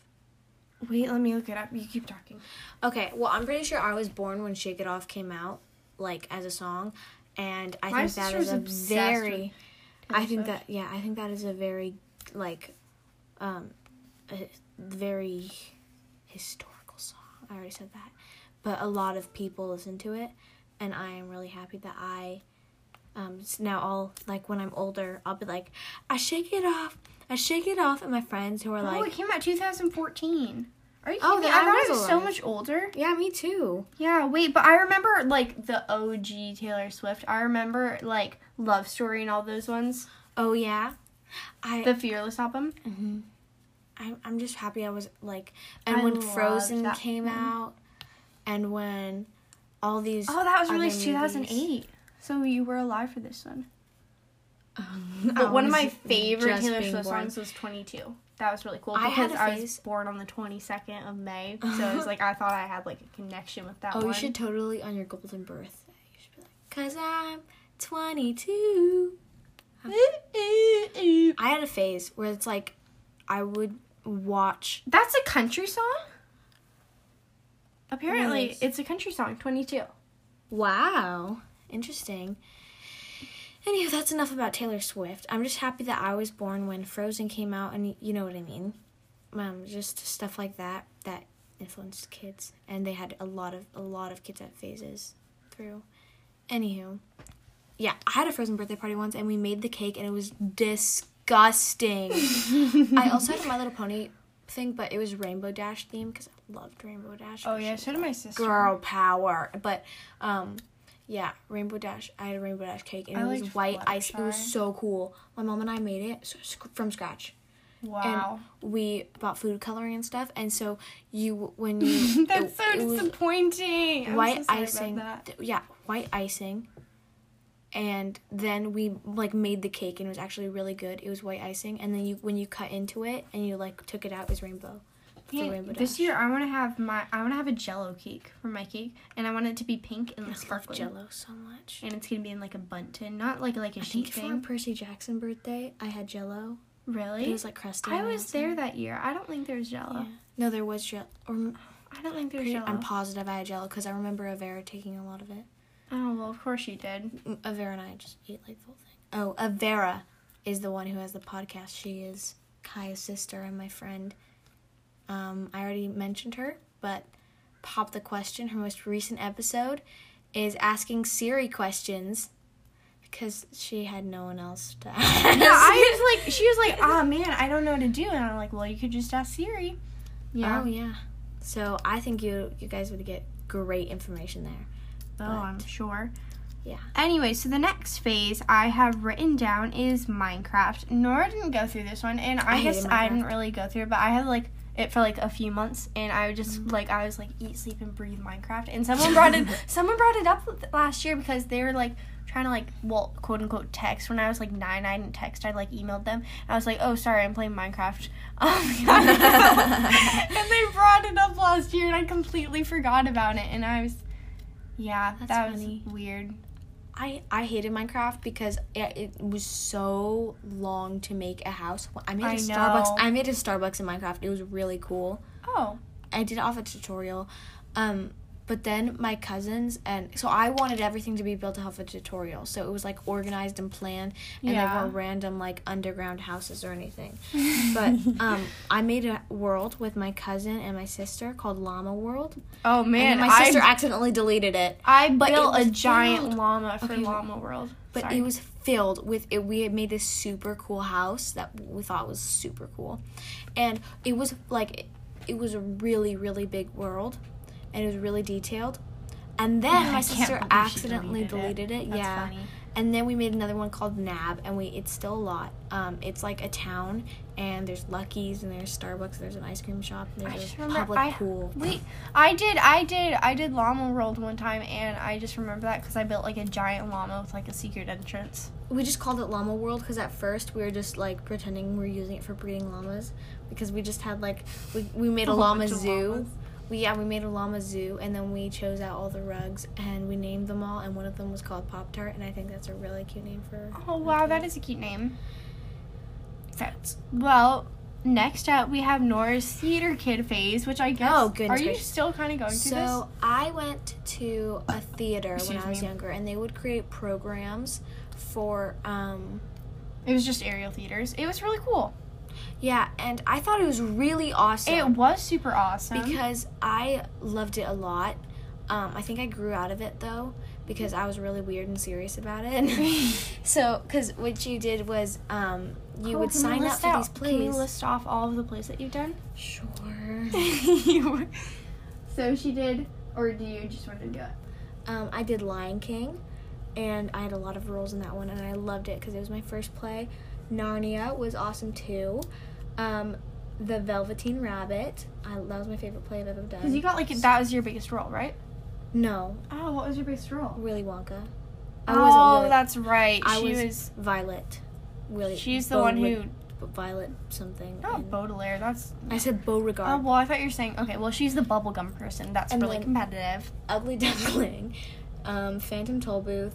[SPEAKER 1] Wait, let me look it up. You keep talking.
[SPEAKER 2] Okay, well I'm pretty sure I was born when Shake It Off came out, like as a song, and I
[SPEAKER 1] My
[SPEAKER 2] think that
[SPEAKER 1] sister
[SPEAKER 2] is
[SPEAKER 1] was
[SPEAKER 2] a
[SPEAKER 1] obsessed with
[SPEAKER 2] very. I
[SPEAKER 1] Taylor
[SPEAKER 2] think
[SPEAKER 1] Swift.
[SPEAKER 2] that yeah, I think that is a very like, um, a very historical song. I already said that, but a lot of people listen to it, and I am really happy that I, um, s- now all like when I'm older, I'll be like, I shake it off, I shake it off, and my friends who are
[SPEAKER 1] oh, it
[SPEAKER 2] like,
[SPEAKER 1] came out 2014. Are you kidding
[SPEAKER 2] Oh,
[SPEAKER 1] me?
[SPEAKER 2] then
[SPEAKER 1] I
[SPEAKER 2] I
[SPEAKER 1] thought
[SPEAKER 2] was
[SPEAKER 1] it was so
[SPEAKER 2] alive.
[SPEAKER 1] much older.
[SPEAKER 2] Yeah, me too.
[SPEAKER 1] Yeah, wait, but I remember like the OG Taylor Swift. I remember like Love Story and all those ones.
[SPEAKER 2] Oh yeah. I
[SPEAKER 1] The Fearless album.
[SPEAKER 2] Mhm. I, I'm just happy I was like, and
[SPEAKER 1] I
[SPEAKER 2] when
[SPEAKER 1] loved
[SPEAKER 2] Frozen
[SPEAKER 1] that
[SPEAKER 2] came
[SPEAKER 1] one.
[SPEAKER 2] out, and when all these.
[SPEAKER 1] Oh, that was
[SPEAKER 2] other
[SPEAKER 1] released
[SPEAKER 2] movies.
[SPEAKER 1] 2008. So you were alive for this one.
[SPEAKER 2] Um,
[SPEAKER 1] But
[SPEAKER 2] I
[SPEAKER 1] one of
[SPEAKER 2] was
[SPEAKER 1] my favorite
[SPEAKER 2] just
[SPEAKER 1] Taylor
[SPEAKER 2] being
[SPEAKER 1] Swift
[SPEAKER 2] born.
[SPEAKER 1] songs was 22. That was really cool
[SPEAKER 2] I had
[SPEAKER 1] because
[SPEAKER 2] a
[SPEAKER 1] I, was
[SPEAKER 2] phase-
[SPEAKER 1] born on the 22nd of May. So it was like I thought I had like a connection with that
[SPEAKER 2] Oh,
[SPEAKER 1] one.
[SPEAKER 2] you should totally on your golden birthday. You should be like, cause I'm 22. I had a phase where it's like, I would watch.
[SPEAKER 1] That's a country song? Apparently,
[SPEAKER 2] Yes.
[SPEAKER 1] it's a country song, 22.
[SPEAKER 2] Wow, interesting. Anywho, that's enough about Taylor Swift. I'm just happy that I was born when Frozen came out, and y- you know what I mean. Um, just stuff like that that influenced kids, and they had a lot of a lot of kids at phases through. Anywho, yeah, I had a Frozen birthday party once, and we made the cake, and it was disgusting. I also had a My Little Pony thing, but it was Rainbow Dash theme because I loved Rainbow Dash.
[SPEAKER 1] Oh,
[SPEAKER 2] She
[SPEAKER 1] yeah,
[SPEAKER 2] was
[SPEAKER 1] so did my sister.
[SPEAKER 2] girl power. But um yeah, Rainbow Dash. I had a Rainbow Dash cake and
[SPEAKER 1] I
[SPEAKER 2] it was
[SPEAKER 1] liked
[SPEAKER 2] white ice. It was
[SPEAKER 1] Fluttershy.
[SPEAKER 2] so cool. My mom and I made it s- sc- from scratch.
[SPEAKER 1] Wow.
[SPEAKER 2] And we bought food coloring and stuff. And so you when you
[SPEAKER 1] That's
[SPEAKER 2] it-
[SPEAKER 1] so
[SPEAKER 2] it was
[SPEAKER 1] disappointing. I'm
[SPEAKER 2] white
[SPEAKER 1] so sorry
[SPEAKER 2] icing.
[SPEAKER 1] About that.
[SPEAKER 2] th- Yeah, white icing. And then we like made the cake and it was actually really good. It was white icing and then you when you cut into it and you like took it out it was rainbow. The
[SPEAKER 1] Yeah,
[SPEAKER 2] Rainbow
[SPEAKER 1] this
[SPEAKER 2] Dash.
[SPEAKER 1] year I want to have my I want to have a Jello cake for my cake, and I want it to be pink and
[SPEAKER 2] I
[SPEAKER 1] like
[SPEAKER 2] love
[SPEAKER 1] sparkly.
[SPEAKER 2] Jello so much.
[SPEAKER 1] and it's gonna be in like a bunton, not like like a
[SPEAKER 2] I
[SPEAKER 1] sheet
[SPEAKER 2] think for
[SPEAKER 1] thing.
[SPEAKER 2] Percy Jackson birthday, I had Jello. It
[SPEAKER 1] Really?
[SPEAKER 2] was like crusty.
[SPEAKER 1] I
[SPEAKER 2] and
[SPEAKER 1] was
[SPEAKER 2] awesome.
[SPEAKER 1] there that year. I don't think there's Jello.
[SPEAKER 2] Yeah. No, there was Jello. Or m-
[SPEAKER 1] I don't think there's
[SPEAKER 2] pretty-
[SPEAKER 1] Jello.
[SPEAKER 2] I'm positive I had Jello because I remember Avera taking a lot of it.
[SPEAKER 1] oh well, of course you did.
[SPEAKER 2] Mm, Avera and I just ate like the whole thing. Oh, Avera is the one who has the podcast. She is Kaya's sister and my friend. Um, I already mentioned her, but pop the question. Her most recent episode is asking Siri questions because she had no one else to ask.
[SPEAKER 1] Yeah, I was like, she was like, oh man, I don't know what to do, and I'm like, well, you could just ask Siri. Um,
[SPEAKER 2] Oh yeah. So I think you you guys would get great information there.
[SPEAKER 1] Oh, I'm sure.
[SPEAKER 2] Yeah.
[SPEAKER 1] Anyway, so the next phase I have written down is Minecraft. Nora didn't go through this one, and I,
[SPEAKER 2] I hated
[SPEAKER 1] guess I didn't
[SPEAKER 2] Minecraft.
[SPEAKER 1] really go through it, but I had like it for like a few months, and I would
[SPEAKER 2] Mm-hmm.
[SPEAKER 1] just like I was like eat, sleep, and breathe Minecraft. And someone brought it someone brought it up last year because they were like trying to like well quote unquote text when I was like nine I didn't text I like emailed them and I was like oh sorry I'm playing Minecraft um, and they brought it up last year and I completely forgot about it and I was yeah
[SPEAKER 2] That's
[SPEAKER 1] that
[SPEAKER 2] funny.
[SPEAKER 1] was weird
[SPEAKER 2] I I hated Minecraft because it, it was so long to make a house. I made a
[SPEAKER 1] I know.
[SPEAKER 2] Starbucks. I made a Starbucks in Minecraft. It was really cool.
[SPEAKER 1] oh
[SPEAKER 2] I did it off a tutorial. Um, but then my cousins and so I wanted everything to be built off a tutorial. So it was like organized and planned and
[SPEAKER 1] Yeah.
[SPEAKER 2] there were random like underground houses or anything. But um I made a world with my cousin and my sister called Llama World.
[SPEAKER 1] Oh
[SPEAKER 2] And
[SPEAKER 1] man,
[SPEAKER 2] my sister
[SPEAKER 1] I,
[SPEAKER 2] accidentally deleted it.
[SPEAKER 1] I
[SPEAKER 2] but it
[SPEAKER 1] built a
[SPEAKER 2] was
[SPEAKER 1] giant
[SPEAKER 2] filled.
[SPEAKER 1] llama for
[SPEAKER 2] Okay,
[SPEAKER 1] Llama World.
[SPEAKER 2] But
[SPEAKER 1] Sorry.
[SPEAKER 2] it was filled with it. We had made this super cool house that we thought was super cool, and it was like it, it was a really really big world, and it was really detailed. And then
[SPEAKER 1] I
[SPEAKER 2] my
[SPEAKER 1] can't
[SPEAKER 2] sister
[SPEAKER 1] believe she
[SPEAKER 2] accidentally
[SPEAKER 1] deleted
[SPEAKER 2] deleted it.
[SPEAKER 1] That's
[SPEAKER 2] yeah.
[SPEAKER 1] funny.
[SPEAKER 2] And then we made another one called Nab, and we it's still a lot. Um, it's like a town, and there's Lucky's, and there's Starbucks, there's an ice cream shop, and
[SPEAKER 1] I
[SPEAKER 2] there's
[SPEAKER 1] just
[SPEAKER 2] a
[SPEAKER 1] remember
[SPEAKER 2] public
[SPEAKER 1] I
[SPEAKER 2] pool.
[SPEAKER 1] wait. I did, I did, I did llama world one time, and I just remember that because I built like a giant llama with like a secret entrance.
[SPEAKER 2] We just called it Llama World because at first we were just like pretending we are using it for breeding llamas because we just had like we, we made a,
[SPEAKER 1] A whole
[SPEAKER 2] llama
[SPEAKER 1] bunch of
[SPEAKER 2] zoo.
[SPEAKER 1] llamas.
[SPEAKER 2] We yeah we made a llama zoo and then we chose out all the rugs and we named them all and one of them was called Pop Tart and I think that's a really cute name for.
[SPEAKER 1] Oh wow, that is a cute name. That's well. Next up, we have Nora's theater kid phase, which I guess.
[SPEAKER 2] Oh,
[SPEAKER 1] Are
[SPEAKER 2] goodness
[SPEAKER 1] you
[SPEAKER 2] gracious.
[SPEAKER 1] still kind of going through this?
[SPEAKER 2] So I went to a theater when
[SPEAKER 1] Excuse
[SPEAKER 2] I was
[SPEAKER 1] me.
[SPEAKER 2] younger and they would create programs for um
[SPEAKER 1] It was just aerial theaters. It was really cool.
[SPEAKER 2] yeah and I thought it was really awesome.
[SPEAKER 1] Uh-huh. It was super awesome.
[SPEAKER 2] because I loved it a lot. Um, I think I grew out of it though because I was really weird and serious about it. so, because what you did was um, you
[SPEAKER 1] Oh,
[SPEAKER 2] would
[SPEAKER 1] can we
[SPEAKER 2] sign up
[SPEAKER 1] list
[SPEAKER 2] for
[SPEAKER 1] out-
[SPEAKER 2] these
[SPEAKER 1] Can you
[SPEAKER 2] plays.
[SPEAKER 1] list off all of the plays that you've done?
[SPEAKER 2] sure.
[SPEAKER 1] so she did, or do you just want to do it?
[SPEAKER 2] Um, I did Lion King, and I had a lot of roles in that one, and I loved it because it was my first play. Narnia was awesome too. Um, the Velveteen Rabbit, I, that was my favorite play I've ever done.
[SPEAKER 1] Because you got like that was your biggest role, right?
[SPEAKER 2] no,
[SPEAKER 1] Oh, what was your biggest role?
[SPEAKER 2] Willy Wonka. I
[SPEAKER 1] Oh,
[SPEAKER 2] wasn't Willy-
[SPEAKER 1] that's right.
[SPEAKER 2] I
[SPEAKER 1] she
[SPEAKER 2] was,
[SPEAKER 1] was,
[SPEAKER 2] Violet. Willy.
[SPEAKER 1] she's the one who
[SPEAKER 2] who Violet something.
[SPEAKER 1] not
[SPEAKER 2] and-
[SPEAKER 1] Baudelaire. That's
[SPEAKER 2] I said
[SPEAKER 1] oh
[SPEAKER 2] Beauregard.
[SPEAKER 1] well, I thought you were saying okay. Well, she's the bubblegum person. That's
[SPEAKER 2] And
[SPEAKER 1] really
[SPEAKER 2] then-
[SPEAKER 1] competitive.
[SPEAKER 2] Ugly Duckling. Um, Phantom Tollbooth.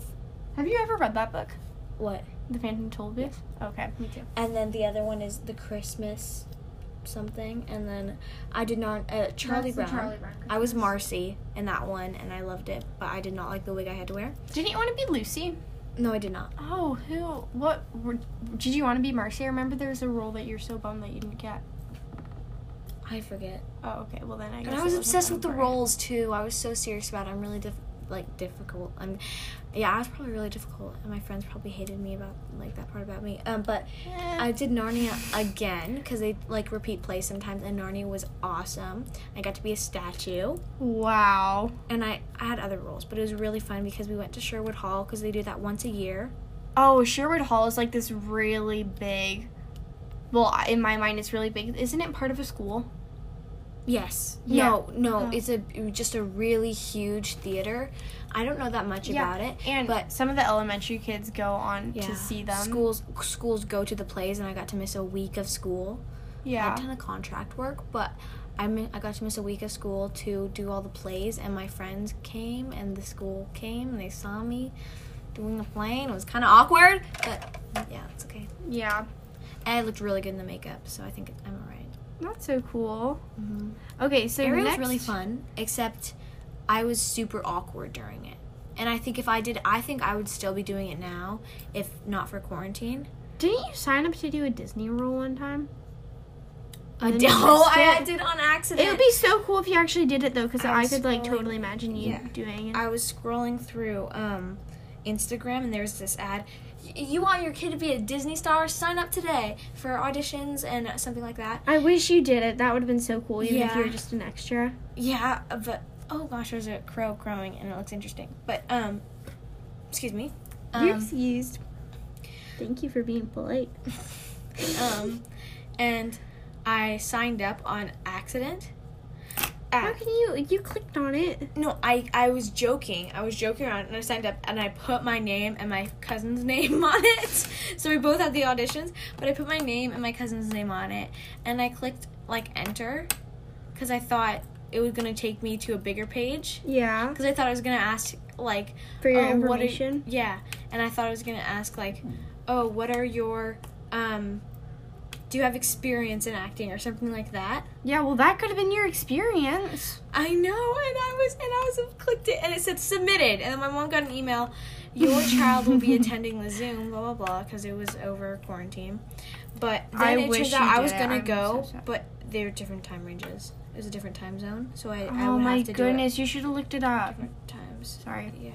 [SPEAKER 1] Have you ever read that book,
[SPEAKER 2] What?
[SPEAKER 1] The Phantom Tollbooth? Okay, me too.
[SPEAKER 2] and then the other one is the Christmas something, and then I did not uh, Charlie Brown. I was Marcy in that one, and I loved it, but I did not like the wig I had to wear.
[SPEAKER 1] Didn't you want to be Lucy?
[SPEAKER 2] No, I did not.
[SPEAKER 1] Oh, who? What? Were, did you want to be Marcy? I remember there was a role that you're so bummed that you didn't get.
[SPEAKER 2] I forget.
[SPEAKER 1] Oh, okay. Well, then I guess.
[SPEAKER 2] And I
[SPEAKER 1] it
[SPEAKER 2] was
[SPEAKER 1] wasn't
[SPEAKER 2] obsessed
[SPEAKER 1] fun
[SPEAKER 2] with the
[SPEAKER 1] for her.
[SPEAKER 2] roles too. I was so serious about. it. I'm really diff- like difficult. I'm, yeah, I was probably really difficult, and my friends probably hated me about like that part about me. Um, but
[SPEAKER 1] Eh.
[SPEAKER 2] I did Narnia again because they like repeat plays sometimes, and Narnia was awesome. I got to be a statue.
[SPEAKER 1] Wow.
[SPEAKER 2] and I, I had other roles, but it was really fun because we went to Sherwood Hall because they do that once a year.
[SPEAKER 1] Oh, Sherwood Hall is like this really big. Well, I- in my mind, it's really big. Isn't it part of a school?
[SPEAKER 2] Yes.
[SPEAKER 1] Yeah.
[SPEAKER 2] No, no,
[SPEAKER 1] Oh.
[SPEAKER 2] it's a just a really huge theater. I don't know that much about it,
[SPEAKER 1] And
[SPEAKER 2] but
[SPEAKER 1] some of the elementary kids go on
[SPEAKER 2] yeah,
[SPEAKER 1] to see them.
[SPEAKER 2] schools schools go to the plays, and I got to miss a week of school. I had a
[SPEAKER 1] Yeah.
[SPEAKER 2] ton of contract work, but I mi- I got to miss a week of school to do all the plays, and my friends came, and the school came, and they saw me doing the play, and it was kind of awkward, but yeah, it's okay.
[SPEAKER 1] Yeah.
[SPEAKER 2] And I looked really good in the makeup, so I think I'm alright.
[SPEAKER 1] That's so cool.
[SPEAKER 2] Mm-hmm.
[SPEAKER 1] Okay, so
[SPEAKER 2] It was
[SPEAKER 1] next-
[SPEAKER 2] really fun, except I was super awkward during it. And I think if I did, I think I would still be doing it now, if not for quarantine.
[SPEAKER 1] Didn't you sign up to do a Disney role one time?
[SPEAKER 2] I
[SPEAKER 1] then
[SPEAKER 2] did.
[SPEAKER 1] you
[SPEAKER 2] Oh,
[SPEAKER 1] missed
[SPEAKER 2] I, I
[SPEAKER 1] it.
[SPEAKER 2] did on accident.
[SPEAKER 1] It would be so cool if you actually did it though, because
[SPEAKER 2] I
[SPEAKER 1] I,
[SPEAKER 2] was
[SPEAKER 1] could like
[SPEAKER 2] scrolling-
[SPEAKER 1] totally imagine you
[SPEAKER 2] Yeah.
[SPEAKER 1] doing it.
[SPEAKER 2] I was scrolling through um, Instagram, and there was this ad. "Y- You want your kid to be a Disney star? Sign up today for auditions and something like that.
[SPEAKER 1] I wish you did it. That would have been so cool, even if you
[SPEAKER 2] Yeah.
[SPEAKER 1] were just an extra.
[SPEAKER 2] Yeah, but oh gosh, there's a crow crowing, and it looks interesting. But um, excuse me.
[SPEAKER 1] You're
[SPEAKER 2] Um,
[SPEAKER 1] excused. Thank you for being polite.
[SPEAKER 2] um, and I signed up on accident.
[SPEAKER 1] How
[SPEAKER 2] Uh,
[SPEAKER 1] can you? You clicked on it.
[SPEAKER 2] no, I I was joking. I was joking around, and I signed up, and I put my name and my cousin's name on it. So we both had the auditions, but I put my name and my cousin's name on it, and I clicked like enter, because I thought it was gonna take me to a bigger page,
[SPEAKER 1] Yeah.
[SPEAKER 2] because I thought I was gonna ask like
[SPEAKER 1] For your
[SPEAKER 2] Oh, what are-
[SPEAKER 1] information.
[SPEAKER 2] Yeah, and I thought I was gonna ask like, oh, what are your, um, do you have experience in acting or something like that?
[SPEAKER 1] yeah. Well, that could have been your experience.
[SPEAKER 2] I know, and I was and I was clicked it, and it said submitted, and then my mom got an email, your child will be attending the Zoom, blah blah blah, because it was over quarantine. But then
[SPEAKER 1] I
[SPEAKER 2] it
[SPEAKER 1] wish
[SPEAKER 2] turns out
[SPEAKER 1] you
[SPEAKER 2] I was
[SPEAKER 1] did it.
[SPEAKER 2] gonna
[SPEAKER 1] I'm
[SPEAKER 2] go,
[SPEAKER 1] so sad.
[SPEAKER 2] but they're different time ranges. It was a different time zone, so I, I
[SPEAKER 1] Oh
[SPEAKER 2] would
[SPEAKER 1] my
[SPEAKER 2] have to
[SPEAKER 1] goodness! You should have looked it
[SPEAKER 2] do it
[SPEAKER 1] up.
[SPEAKER 2] different times.
[SPEAKER 1] Sorry.
[SPEAKER 2] Yeah.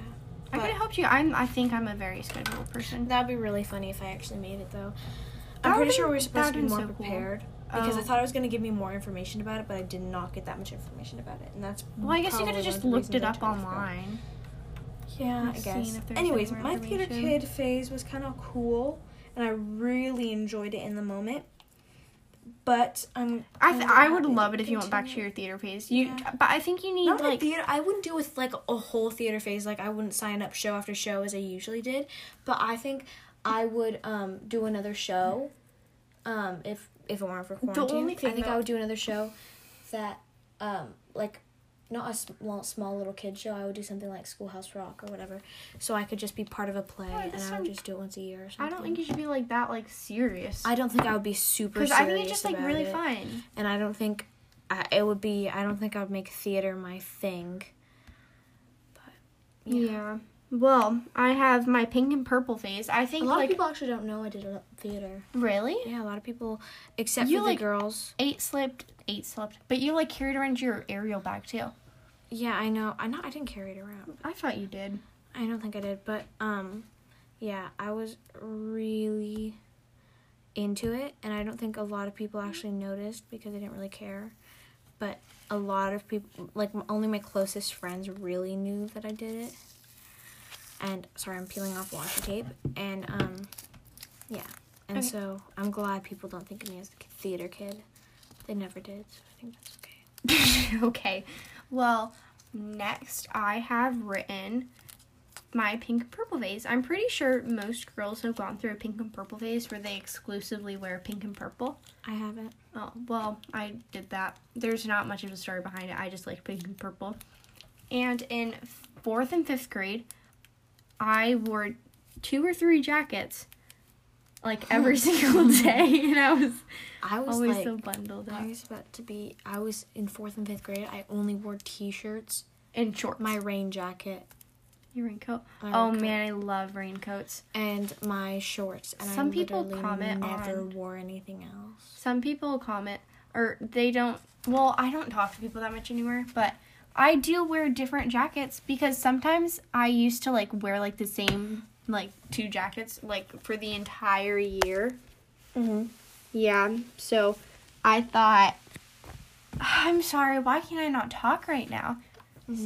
[SPEAKER 1] I could
[SPEAKER 2] But-
[SPEAKER 1] have helped you. I'm. I think I'm a very scheduled person.
[SPEAKER 2] That'd be really funny if I actually made it though.
[SPEAKER 1] That
[SPEAKER 2] I'm pretty
[SPEAKER 1] would've
[SPEAKER 2] sure we
[SPEAKER 1] been-
[SPEAKER 2] were supposed
[SPEAKER 1] that
[SPEAKER 2] to be
[SPEAKER 1] would've
[SPEAKER 2] more
[SPEAKER 1] been so cool.
[SPEAKER 2] prepared because I
[SPEAKER 1] Oh.
[SPEAKER 2] thought it was going to give me more information about it, but I did not get that much information about it, and that's
[SPEAKER 1] Well, I guess you could
[SPEAKER 2] probably
[SPEAKER 1] have just
[SPEAKER 2] one of the
[SPEAKER 1] looked it
[SPEAKER 2] reasons I
[SPEAKER 1] up
[SPEAKER 2] turned off
[SPEAKER 1] online.
[SPEAKER 2] growth. Yeah, I
[SPEAKER 1] I've seen
[SPEAKER 2] guess.
[SPEAKER 1] if there's any
[SPEAKER 2] Anyways,
[SPEAKER 1] more
[SPEAKER 2] my theater
[SPEAKER 1] information.
[SPEAKER 2] kid phase was kind of cool, and I really enjoyed it in the moment. But I'm.
[SPEAKER 1] I th-
[SPEAKER 2] I'm
[SPEAKER 1] I would
[SPEAKER 2] happy
[SPEAKER 1] love it
[SPEAKER 2] to
[SPEAKER 1] if you went back to
[SPEAKER 2] continue.
[SPEAKER 1] your theater phase. You,
[SPEAKER 2] Yeah.
[SPEAKER 1] but I think you need
[SPEAKER 2] Not like
[SPEAKER 1] like
[SPEAKER 2] theater. I wouldn't do with like a whole theater phase. Like I wouldn't sign up show after show as I usually did. But I think I would um do another show. Um, if if it weren't for quarantine,
[SPEAKER 1] only thing
[SPEAKER 2] I think
[SPEAKER 1] that-
[SPEAKER 2] I would do another show that um like not a small small little kid show. I would do something like Schoolhouse Rock or whatever, so I could just be part of a play
[SPEAKER 1] Oh,
[SPEAKER 2] and
[SPEAKER 1] this
[SPEAKER 2] I would
[SPEAKER 1] one-
[SPEAKER 2] just do it once a year or
[SPEAKER 1] I
[SPEAKER 2] something.
[SPEAKER 1] don't think you should be like that like serious.
[SPEAKER 2] I don't think I would be super.
[SPEAKER 1] Because
[SPEAKER 2] Because
[SPEAKER 1] I think it's just like really fun.
[SPEAKER 2] and I don't think I, it would be. I don't think I would make theater my thing. But yeah,
[SPEAKER 1] Well, I have my pink and purple phase. I
[SPEAKER 2] a
[SPEAKER 1] think
[SPEAKER 2] lot
[SPEAKER 1] like
[SPEAKER 2] of people actually don't know I did a theater.
[SPEAKER 1] really
[SPEAKER 2] Yeah, a lot of people, except
[SPEAKER 1] You,
[SPEAKER 2] for
[SPEAKER 1] like-
[SPEAKER 2] the girls.
[SPEAKER 1] eight slipped, eight slipped. But you like carried around your aerial bag too.
[SPEAKER 2] Yeah, I know. I know. I didn't carry it around.
[SPEAKER 1] I thought you did.
[SPEAKER 2] I don't think I did, but um, yeah, I was really into it, and I don't think a lot of people actually noticed because they didn't really care. But a lot of people, like only my closest friends, really knew that I did it. And sorry, I'm peeling off washi tape, and um, yeah, and
[SPEAKER 1] Okay.
[SPEAKER 2] so I'm glad people don't think of me as a theater kid. They never did, so I think that's okay.
[SPEAKER 1] okay. Well, next I have written my pink and purple phase. I'm pretty sure most girls have gone through a pink and purple phase where they exclusively wear pink and purple.
[SPEAKER 2] I haven't.
[SPEAKER 1] Oh, well, I did that. There's not much of a story behind it. I just like pink and purple. And in fourth and fifth grade, I wore two or three jackets like every single day. And I was
[SPEAKER 2] I was
[SPEAKER 1] always
[SPEAKER 2] like,
[SPEAKER 1] so bundled up.
[SPEAKER 2] I was about to be. I was in fourth and fifth grade. I only wore T-shirts,
[SPEAKER 1] In shorts.
[SPEAKER 2] my rain jacket,
[SPEAKER 1] Your raincoat.
[SPEAKER 2] My
[SPEAKER 1] oh
[SPEAKER 2] raincoat.
[SPEAKER 1] man, I love raincoats.
[SPEAKER 2] and my shorts. And
[SPEAKER 1] Some
[SPEAKER 2] I
[SPEAKER 1] people
[SPEAKER 2] literally
[SPEAKER 1] comment
[SPEAKER 2] never
[SPEAKER 1] on-
[SPEAKER 2] wore anything else.
[SPEAKER 1] Some people comment, or they don't. Well, I don't talk to people that much anymore, but I do wear different jackets because sometimes I used to like wear like the same like two jackets like for the entire year.
[SPEAKER 2] Mm-hmm.
[SPEAKER 1] Yeah. So I thought, "Ah, I'm sorry. Why can't I not talk right now? I-
[SPEAKER 2] It's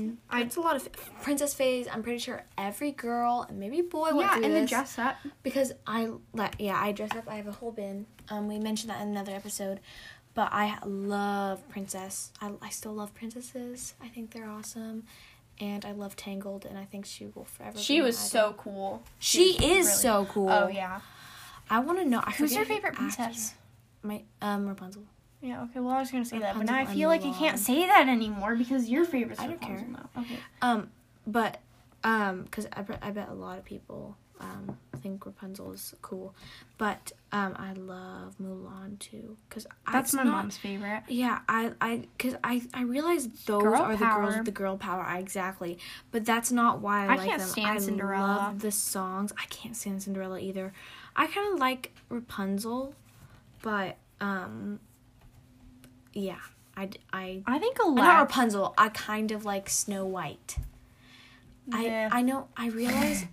[SPEAKER 2] Mm-hmm. a lot of princess phase. I'm pretty sure every girl and maybe boy went
[SPEAKER 1] Oh, yeah,
[SPEAKER 2] through
[SPEAKER 1] and the
[SPEAKER 2] this
[SPEAKER 1] dress up.
[SPEAKER 2] because I like yeah I dress up. I have a whole bin. Um, we mentioned that in another episode, but I love princess. I I still love princesses. I think they're awesome. And I love Tangled, and I think she will forever. be
[SPEAKER 1] She
[SPEAKER 2] my
[SPEAKER 1] was
[SPEAKER 2] idol.
[SPEAKER 1] so cool.
[SPEAKER 2] She is
[SPEAKER 1] Really-
[SPEAKER 2] so cool.
[SPEAKER 1] Oh yeah.
[SPEAKER 2] I want to know. I
[SPEAKER 1] Who's
[SPEAKER 2] forget
[SPEAKER 1] your
[SPEAKER 2] who
[SPEAKER 1] favorite
[SPEAKER 2] acted-
[SPEAKER 1] princess?
[SPEAKER 2] My um Rapunzel.
[SPEAKER 1] Yeah, okay, well, I was gonna say that, but now I
[SPEAKER 2] Rapunzel
[SPEAKER 1] feel
[SPEAKER 2] and
[SPEAKER 1] like I can't
[SPEAKER 2] Mulan.
[SPEAKER 1] say that anymore because your favorite's
[SPEAKER 2] I don't
[SPEAKER 1] Rapunzel
[SPEAKER 2] care.
[SPEAKER 1] now. Okay.
[SPEAKER 2] Um, but um, because I bet I bet a lot of people um think Rapunzel is cool, but um, I love Mulan too. Cause I-
[SPEAKER 1] That's
[SPEAKER 2] it's
[SPEAKER 1] my
[SPEAKER 2] not-
[SPEAKER 1] mom's favorite.
[SPEAKER 2] Yeah, I, I, cause I, I realize those
[SPEAKER 1] Girl
[SPEAKER 2] are the girls
[SPEAKER 1] power.
[SPEAKER 2] with the girl power. I, exactly, but that's not why I,
[SPEAKER 1] I
[SPEAKER 2] like
[SPEAKER 1] can't
[SPEAKER 2] them.
[SPEAKER 1] stand
[SPEAKER 2] I
[SPEAKER 1] Cinderella.
[SPEAKER 2] love the songs. I can't stand Cinderella either. I kind of like Rapunzel, but um, yeah, I, d- I,
[SPEAKER 1] I think a
[SPEAKER 2] not
[SPEAKER 1] lot.
[SPEAKER 2] Rapunzel. I kind of like Snow White.
[SPEAKER 1] Yeah.
[SPEAKER 2] I, I know. I realize.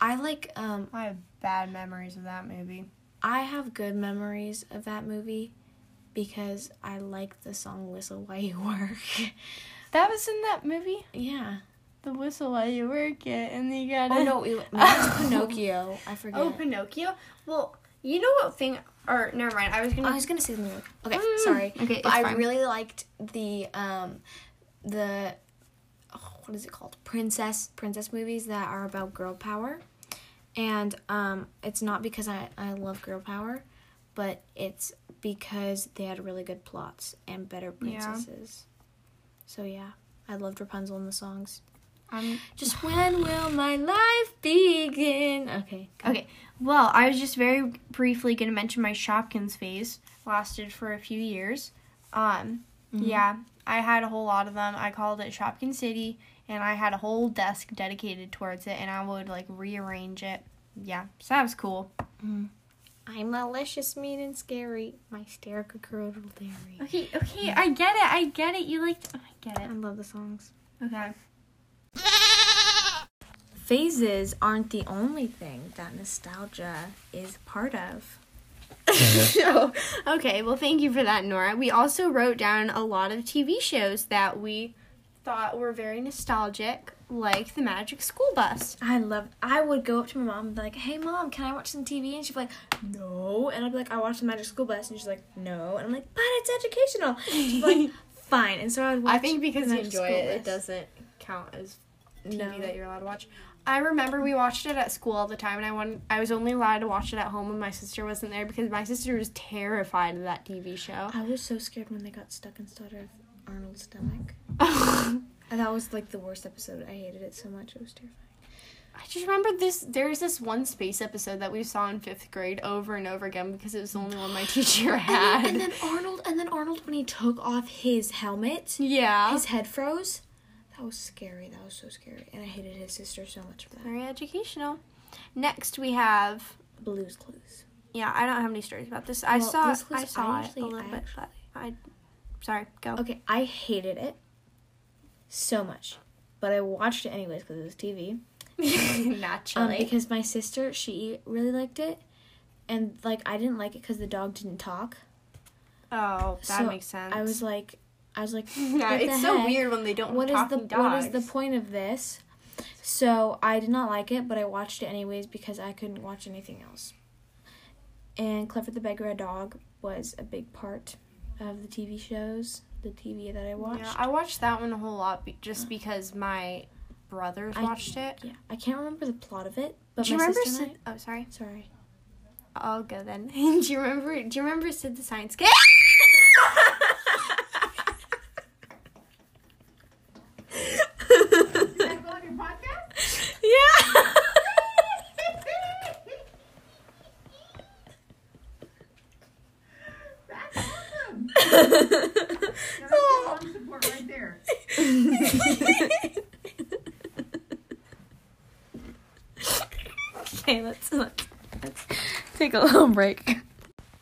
[SPEAKER 2] I like. Um,
[SPEAKER 1] I have bad memories of that movie.
[SPEAKER 2] I have good memories of that movie because I like the song "Whistle While You Work."
[SPEAKER 1] That was in that movie,
[SPEAKER 2] yeah.
[SPEAKER 1] The Whistle While You Work It, and you gotta.
[SPEAKER 2] Oh no, it maybe it's Pinocchio. I forget.
[SPEAKER 1] Oh, Pinocchio. Well, you know what thing? Or never mind. I was gonna.
[SPEAKER 2] I was gonna say the movie. Okay,
[SPEAKER 1] Mm.
[SPEAKER 2] sorry.
[SPEAKER 1] Okay, it's
[SPEAKER 2] but I
[SPEAKER 1] fine.
[SPEAKER 2] really liked the um, the oh, what is it called? Princess princess movies that are about girl power, and um, it's not because I I love girl power, but it's because they had really good plots and better
[SPEAKER 1] Yeah.
[SPEAKER 2] princesses. So yeah, I loved Rapunzel in the songs.
[SPEAKER 1] I'm-
[SPEAKER 2] Just when will my life begin? Okay.
[SPEAKER 1] Okay. Well, I was just very briefly going to mention my Shopkins phase lasted for a few years. Um, yeah, I had a whole lot of them. I called it Shopkins City, and I had a whole desk dedicated towards it, and I would like rearrange it. Yeah, so that was cool.
[SPEAKER 2] I'm malicious, mean, and scary. My scarecrow theory.
[SPEAKER 1] Okay, okay, I get it. I get it. You like, oh, I get
[SPEAKER 2] I
[SPEAKER 1] it.
[SPEAKER 2] love the songs.
[SPEAKER 1] Okay.
[SPEAKER 2] Phases aren't the only thing that nostalgia is part of.
[SPEAKER 1] so, okay, well, thank you for that, Nora. We also wrote down a lot of TV shows that we thought were very nostalgic, like The Magic School Bus.
[SPEAKER 2] I love. I would go up to my mom and be like, "Hey, mom, can I watch some TV?" And she'd be like, "No," and I'd be like, "I watched the Magic School Bus," and she's like, "No,no," and I'm like, "But it's educational." She's like, "Fine," and so I'd watch.
[SPEAKER 1] I think because you
[SPEAKER 2] The Magic
[SPEAKER 1] enjoy
[SPEAKER 2] School
[SPEAKER 1] it, it
[SPEAKER 2] Bus.
[SPEAKER 1] doesn't count as TV
[SPEAKER 2] No.
[SPEAKER 1] that you're allowed to watch. I remember we watched it at school all the time, and I wanted, I was only allowed to watch it at home when my sister wasn't there because my sister was terrified of that TV show.
[SPEAKER 2] I was so scared when they got stuck inside of Arnold's stomach. And that was like the worst episode. I hated it so much. It was terrifying.
[SPEAKER 1] I just remember this. There's this one space episode that we saw in fifth grade over and over again because it was the only one my teacher had.
[SPEAKER 2] And, then Arnold, and then Arnold, when he took off his helmet,
[SPEAKER 1] yeah,
[SPEAKER 2] his head froze. That was scary. That was so scary, and I hated his sister so much for that.
[SPEAKER 1] very educational. Next we have.
[SPEAKER 2] Blue's Clues.
[SPEAKER 1] Yeah, I don't have any stories about this. I
[SPEAKER 2] Well,
[SPEAKER 1] saw.
[SPEAKER 2] this was-
[SPEAKER 1] I saw
[SPEAKER 2] I
[SPEAKER 1] it
[SPEAKER 2] actually-
[SPEAKER 1] a little
[SPEAKER 2] I
[SPEAKER 1] bit, but I. Sorry, go.
[SPEAKER 2] Okay, I hated it. so much, but I watched it anyways because it was TV. Um,
[SPEAKER 1] Naturally.
[SPEAKER 2] because my sister, she really liked it, and like I didn't like it because the dog didn't talk.
[SPEAKER 1] oh, that
[SPEAKER 2] so
[SPEAKER 1] makes sense.
[SPEAKER 2] I was like, I was like,
[SPEAKER 1] yeah,
[SPEAKER 2] what the
[SPEAKER 1] it's so
[SPEAKER 2] heck?
[SPEAKER 1] weird when they don't
[SPEAKER 2] What is
[SPEAKER 1] talk
[SPEAKER 2] the
[SPEAKER 1] to dogs.
[SPEAKER 2] what is the point of this? So I did not like it, but I watched it anyways because I couldn't watch anything else. And Clifford the Big Red Dog was a big part of the TV shows, the TV that I watched.
[SPEAKER 1] Yeah, I watched that one a whole lot be- just because my brothers
[SPEAKER 2] I-
[SPEAKER 1] watched it.
[SPEAKER 2] Yeah, I can't remember the plot of it, but
[SPEAKER 1] do you
[SPEAKER 2] my
[SPEAKER 1] remember
[SPEAKER 2] sister
[SPEAKER 1] Sid?
[SPEAKER 2] and
[SPEAKER 1] Oh, sorry.
[SPEAKER 2] I, sorry.
[SPEAKER 1] I'll go then. do you remember? Do you remember Sid the Science Guy?
[SPEAKER 2] Yeah.
[SPEAKER 3] support right there.
[SPEAKER 2] okay, let's, let's let's take a little break.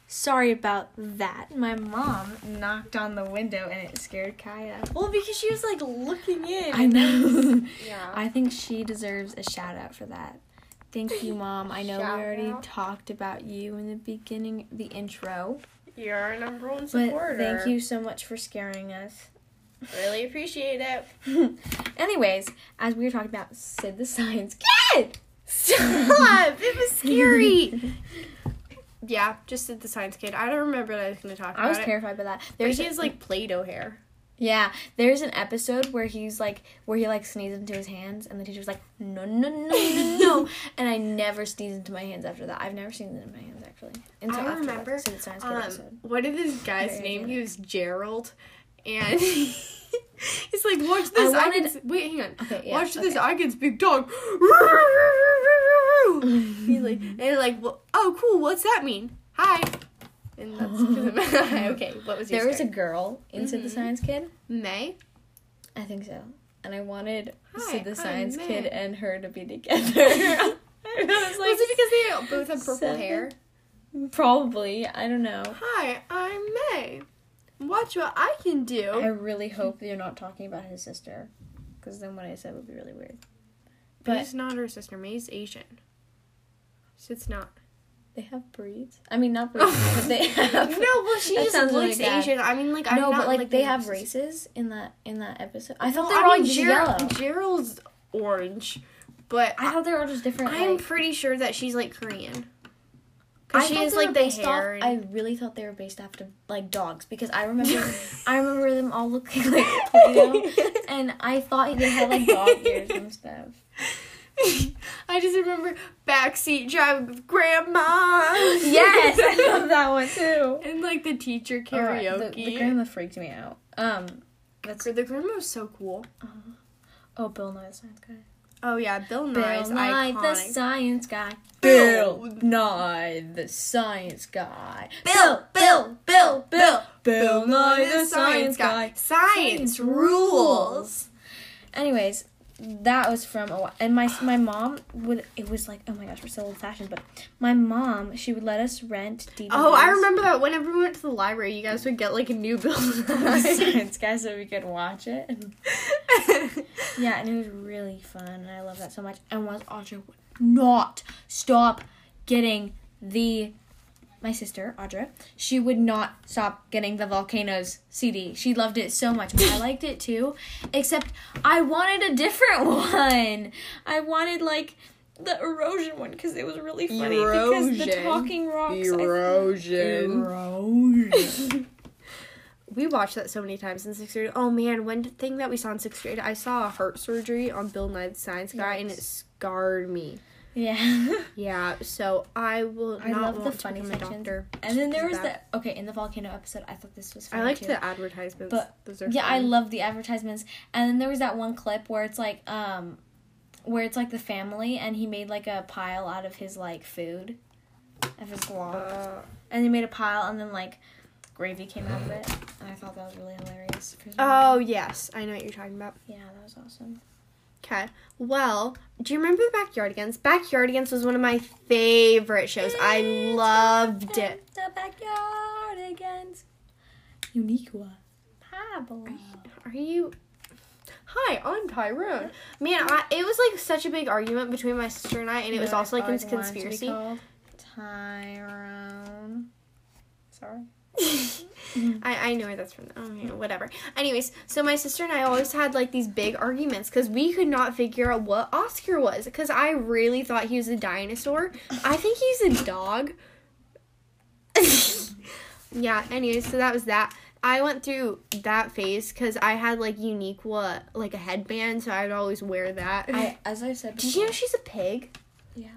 [SPEAKER 2] Sorry about that. My mom knocked on the window and it scared Kaya.
[SPEAKER 1] well, because she was like looking in.
[SPEAKER 2] I know.
[SPEAKER 1] Yeah.
[SPEAKER 2] I think she deserves a shout out for that. Thank you, mom. I know
[SPEAKER 1] Shout
[SPEAKER 2] we already
[SPEAKER 1] out.
[SPEAKER 2] talked about you in the beginning, the intro,
[SPEAKER 1] You're our number one
[SPEAKER 2] but
[SPEAKER 1] supporter.
[SPEAKER 2] thank you so much for scaring us.
[SPEAKER 1] Really appreciate it.
[SPEAKER 2] Anyways, as we were talking about Sid the Science Kid,
[SPEAKER 1] Stop! it was scary. yeah, just did the science kid. I don't remember that I was going to talk about
[SPEAKER 2] I was
[SPEAKER 1] it.
[SPEAKER 2] terrified by that.
[SPEAKER 1] But
[SPEAKER 2] There's
[SPEAKER 1] he has like Play-Doh hair.
[SPEAKER 2] yeah, there's an episode where he's like where he like sneezes into his hands, and the teacher's like no no no no no, and I never sneeze into my hands after that. I've never sneezed into my hands actually. Until
[SPEAKER 1] I
[SPEAKER 2] after that
[SPEAKER 1] remember,
[SPEAKER 2] Sid the Science Kid
[SPEAKER 1] Um,
[SPEAKER 2] episode.
[SPEAKER 1] what is this guy's
[SPEAKER 2] Very
[SPEAKER 1] name?
[SPEAKER 2] good.
[SPEAKER 1] He was Gerald, and it's like, watch this. I
[SPEAKER 2] wanted-
[SPEAKER 1] can wait, hang on.
[SPEAKER 2] Okay, yeah,
[SPEAKER 1] watch this.
[SPEAKER 2] okay.
[SPEAKER 1] I can speak dog. He's like, and like, well, oh, cool. What's that mean? Hi. And that's 'cause I'm- hi, okay. What was your
[SPEAKER 2] There was a
[SPEAKER 1] story?
[SPEAKER 2] girl in Sid the
[SPEAKER 1] Mhm.
[SPEAKER 2] Science Kid.
[SPEAKER 1] May?
[SPEAKER 2] I think so, and I wanted
[SPEAKER 1] Hi,
[SPEAKER 2] Sid the
[SPEAKER 1] I'm
[SPEAKER 2] Science Kid
[SPEAKER 1] Meg.
[SPEAKER 2] and her to be together. I was like,
[SPEAKER 1] was it because they both have purple
[SPEAKER 2] seven.
[SPEAKER 1] hair?
[SPEAKER 2] probably. I don't know.
[SPEAKER 1] Hi, I'm May. Watch what I can
[SPEAKER 2] I
[SPEAKER 1] do.
[SPEAKER 2] really hope you're not talking about his sister, because then what I said would be really weird.
[SPEAKER 1] But
[SPEAKER 2] but-
[SPEAKER 1] May's not her sister. May's Asian. So it's not.
[SPEAKER 2] They have breeds. I mean, not breeds, but they have.
[SPEAKER 1] No, well, she
[SPEAKER 2] That
[SPEAKER 1] just
[SPEAKER 2] sounds
[SPEAKER 1] looks
[SPEAKER 2] really bad.
[SPEAKER 1] Asian. I mean, like I'm
[SPEAKER 2] no,
[SPEAKER 1] not,
[SPEAKER 2] but like, they have
[SPEAKER 1] racist.
[SPEAKER 2] races in that in that episode. I thought
[SPEAKER 1] Well,
[SPEAKER 2] they were
[SPEAKER 1] I
[SPEAKER 2] all
[SPEAKER 1] mean,
[SPEAKER 2] just
[SPEAKER 1] Gerald,
[SPEAKER 2] yellow.
[SPEAKER 1] Gerald's orange, but
[SPEAKER 2] I thought they were all just different.
[SPEAKER 1] I, am
[SPEAKER 2] like-
[SPEAKER 1] pretty sure that she's like Korean.
[SPEAKER 2] I
[SPEAKER 1] Cause she
[SPEAKER 2] thought
[SPEAKER 1] has
[SPEAKER 2] they
[SPEAKER 1] like
[SPEAKER 2] were
[SPEAKER 1] the
[SPEAKER 2] based
[SPEAKER 1] hair.
[SPEAKER 2] Off, I really thought they were based after like dogs because I remember I remember them all looking like Play-Doh, and I thought they had like dog ears and stuff.
[SPEAKER 1] and I just remember backseat drive with grandma.
[SPEAKER 2] Yes, I love that one too.
[SPEAKER 1] and like the teacher
[SPEAKER 2] Alright,
[SPEAKER 1] karaoke.
[SPEAKER 2] the, the grandma freaked me out. Um, that's
[SPEAKER 1] The grandma was so cool.
[SPEAKER 2] oh Bill Nye the Science Guy.
[SPEAKER 1] Oh yeah, Bill Nye is
[SPEAKER 2] Bill Nye the
[SPEAKER 1] iconic.
[SPEAKER 2] Science Guy.
[SPEAKER 1] Bill
[SPEAKER 2] Nye the Science Guy.
[SPEAKER 1] Bill, Bill, Bill, Bill.
[SPEAKER 2] Bill
[SPEAKER 1] Science
[SPEAKER 2] Science
[SPEAKER 1] rules.
[SPEAKER 2] rules. Anyways, that was from a while. And my my mom would it was like oh my gosh we're so old fashioned, but my mom she would let us rent DVDs.
[SPEAKER 1] Oh, I remember that whenever we went to the library, you guys would get like a new Bill
[SPEAKER 2] The
[SPEAKER 1] Nye.
[SPEAKER 2] Science Guy so we could watch it. Yeah, and it was really fun, and I love that so much. And once Audra would not stop getting the my sister Audra, she would not stop getting the volcanoes CD. She loved it so much. I liked it too, except I wanted a different one. I wanted like the erosion one because it was really funny because the
[SPEAKER 1] Erosion.
[SPEAKER 2] talking rocks. I-
[SPEAKER 1] Erosion.
[SPEAKER 2] Erosion.
[SPEAKER 1] We watched that so many times in sixth grade. Oh man, one thing that we saw in sixth grade, I saw a heart surgery on Bill Nye the Science Guy, and it
[SPEAKER 2] Yikes.
[SPEAKER 1] scarred me.
[SPEAKER 2] yeah.
[SPEAKER 1] Yeah, so I will
[SPEAKER 2] I
[SPEAKER 1] not
[SPEAKER 2] love the
[SPEAKER 1] want to
[SPEAKER 2] funny
[SPEAKER 1] become a
[SPEAKER 2] sections.
[SPEAKER 1] doctor.
[SPEAKER 2] And then there
[SPEAKER 1] Is
[SPEAKER 2] was the
[SPEAKER 1] that-
[SPEAKER 2] okay in the volcano episode. I thought this was. Funny
[SPEAKER 1] I liked
[SPEAKER 2] too.
[SPEAKER 1] the advertisements.
[SPEAKER 2] But-
[SPEAKER 1] Those are
[SPEAKER 2] yeah i
[SPEAKER 1] fun.
[SPEAKER 2] love the advertisements and then there was that one clip where it's like um where it's like the family and he made like a pile out of his like food of his log
[SPEAKER 1] Uh,
[SPEAKER 2] and they made a pile and then like gravy came out of it and i thought that was really hilarious for some reason.
[SPEAKER 1] oh yes, I know what you're talking about.
[SPEAKER 2] yeah that was awesome
[SPEAKER 1] Okay. Well, do you remember the Backyardigans? Backyardigans was one of my favorite shows. I loved it.
[SPEAKER 2] the backyard against uniqua pablo
[SPEAKER 1] Are you? "Hi, I'm Tyrone." Man, I, it was like such a big argument between my sister and I, and it was also like a conspiracy.
[SPEAKER 2] Tyrone. Sorry.
[SPEAKER 1] I, I know where that's from. Oh, yeah, whatever. Anyways, so my sister and I always had like these big arguments because we could not figure out what Oscar was. Because I really thought he was a dinosaur. I think he's a dog. yeah. Anyways, so that was that. I went through that phase because I had like unique what like a headband, so I would always wear that.
[SPEAKER 2] I as I said.
[SPEAKER 1] Did you know she's a pig?
[SPEAKER 2] Yeah.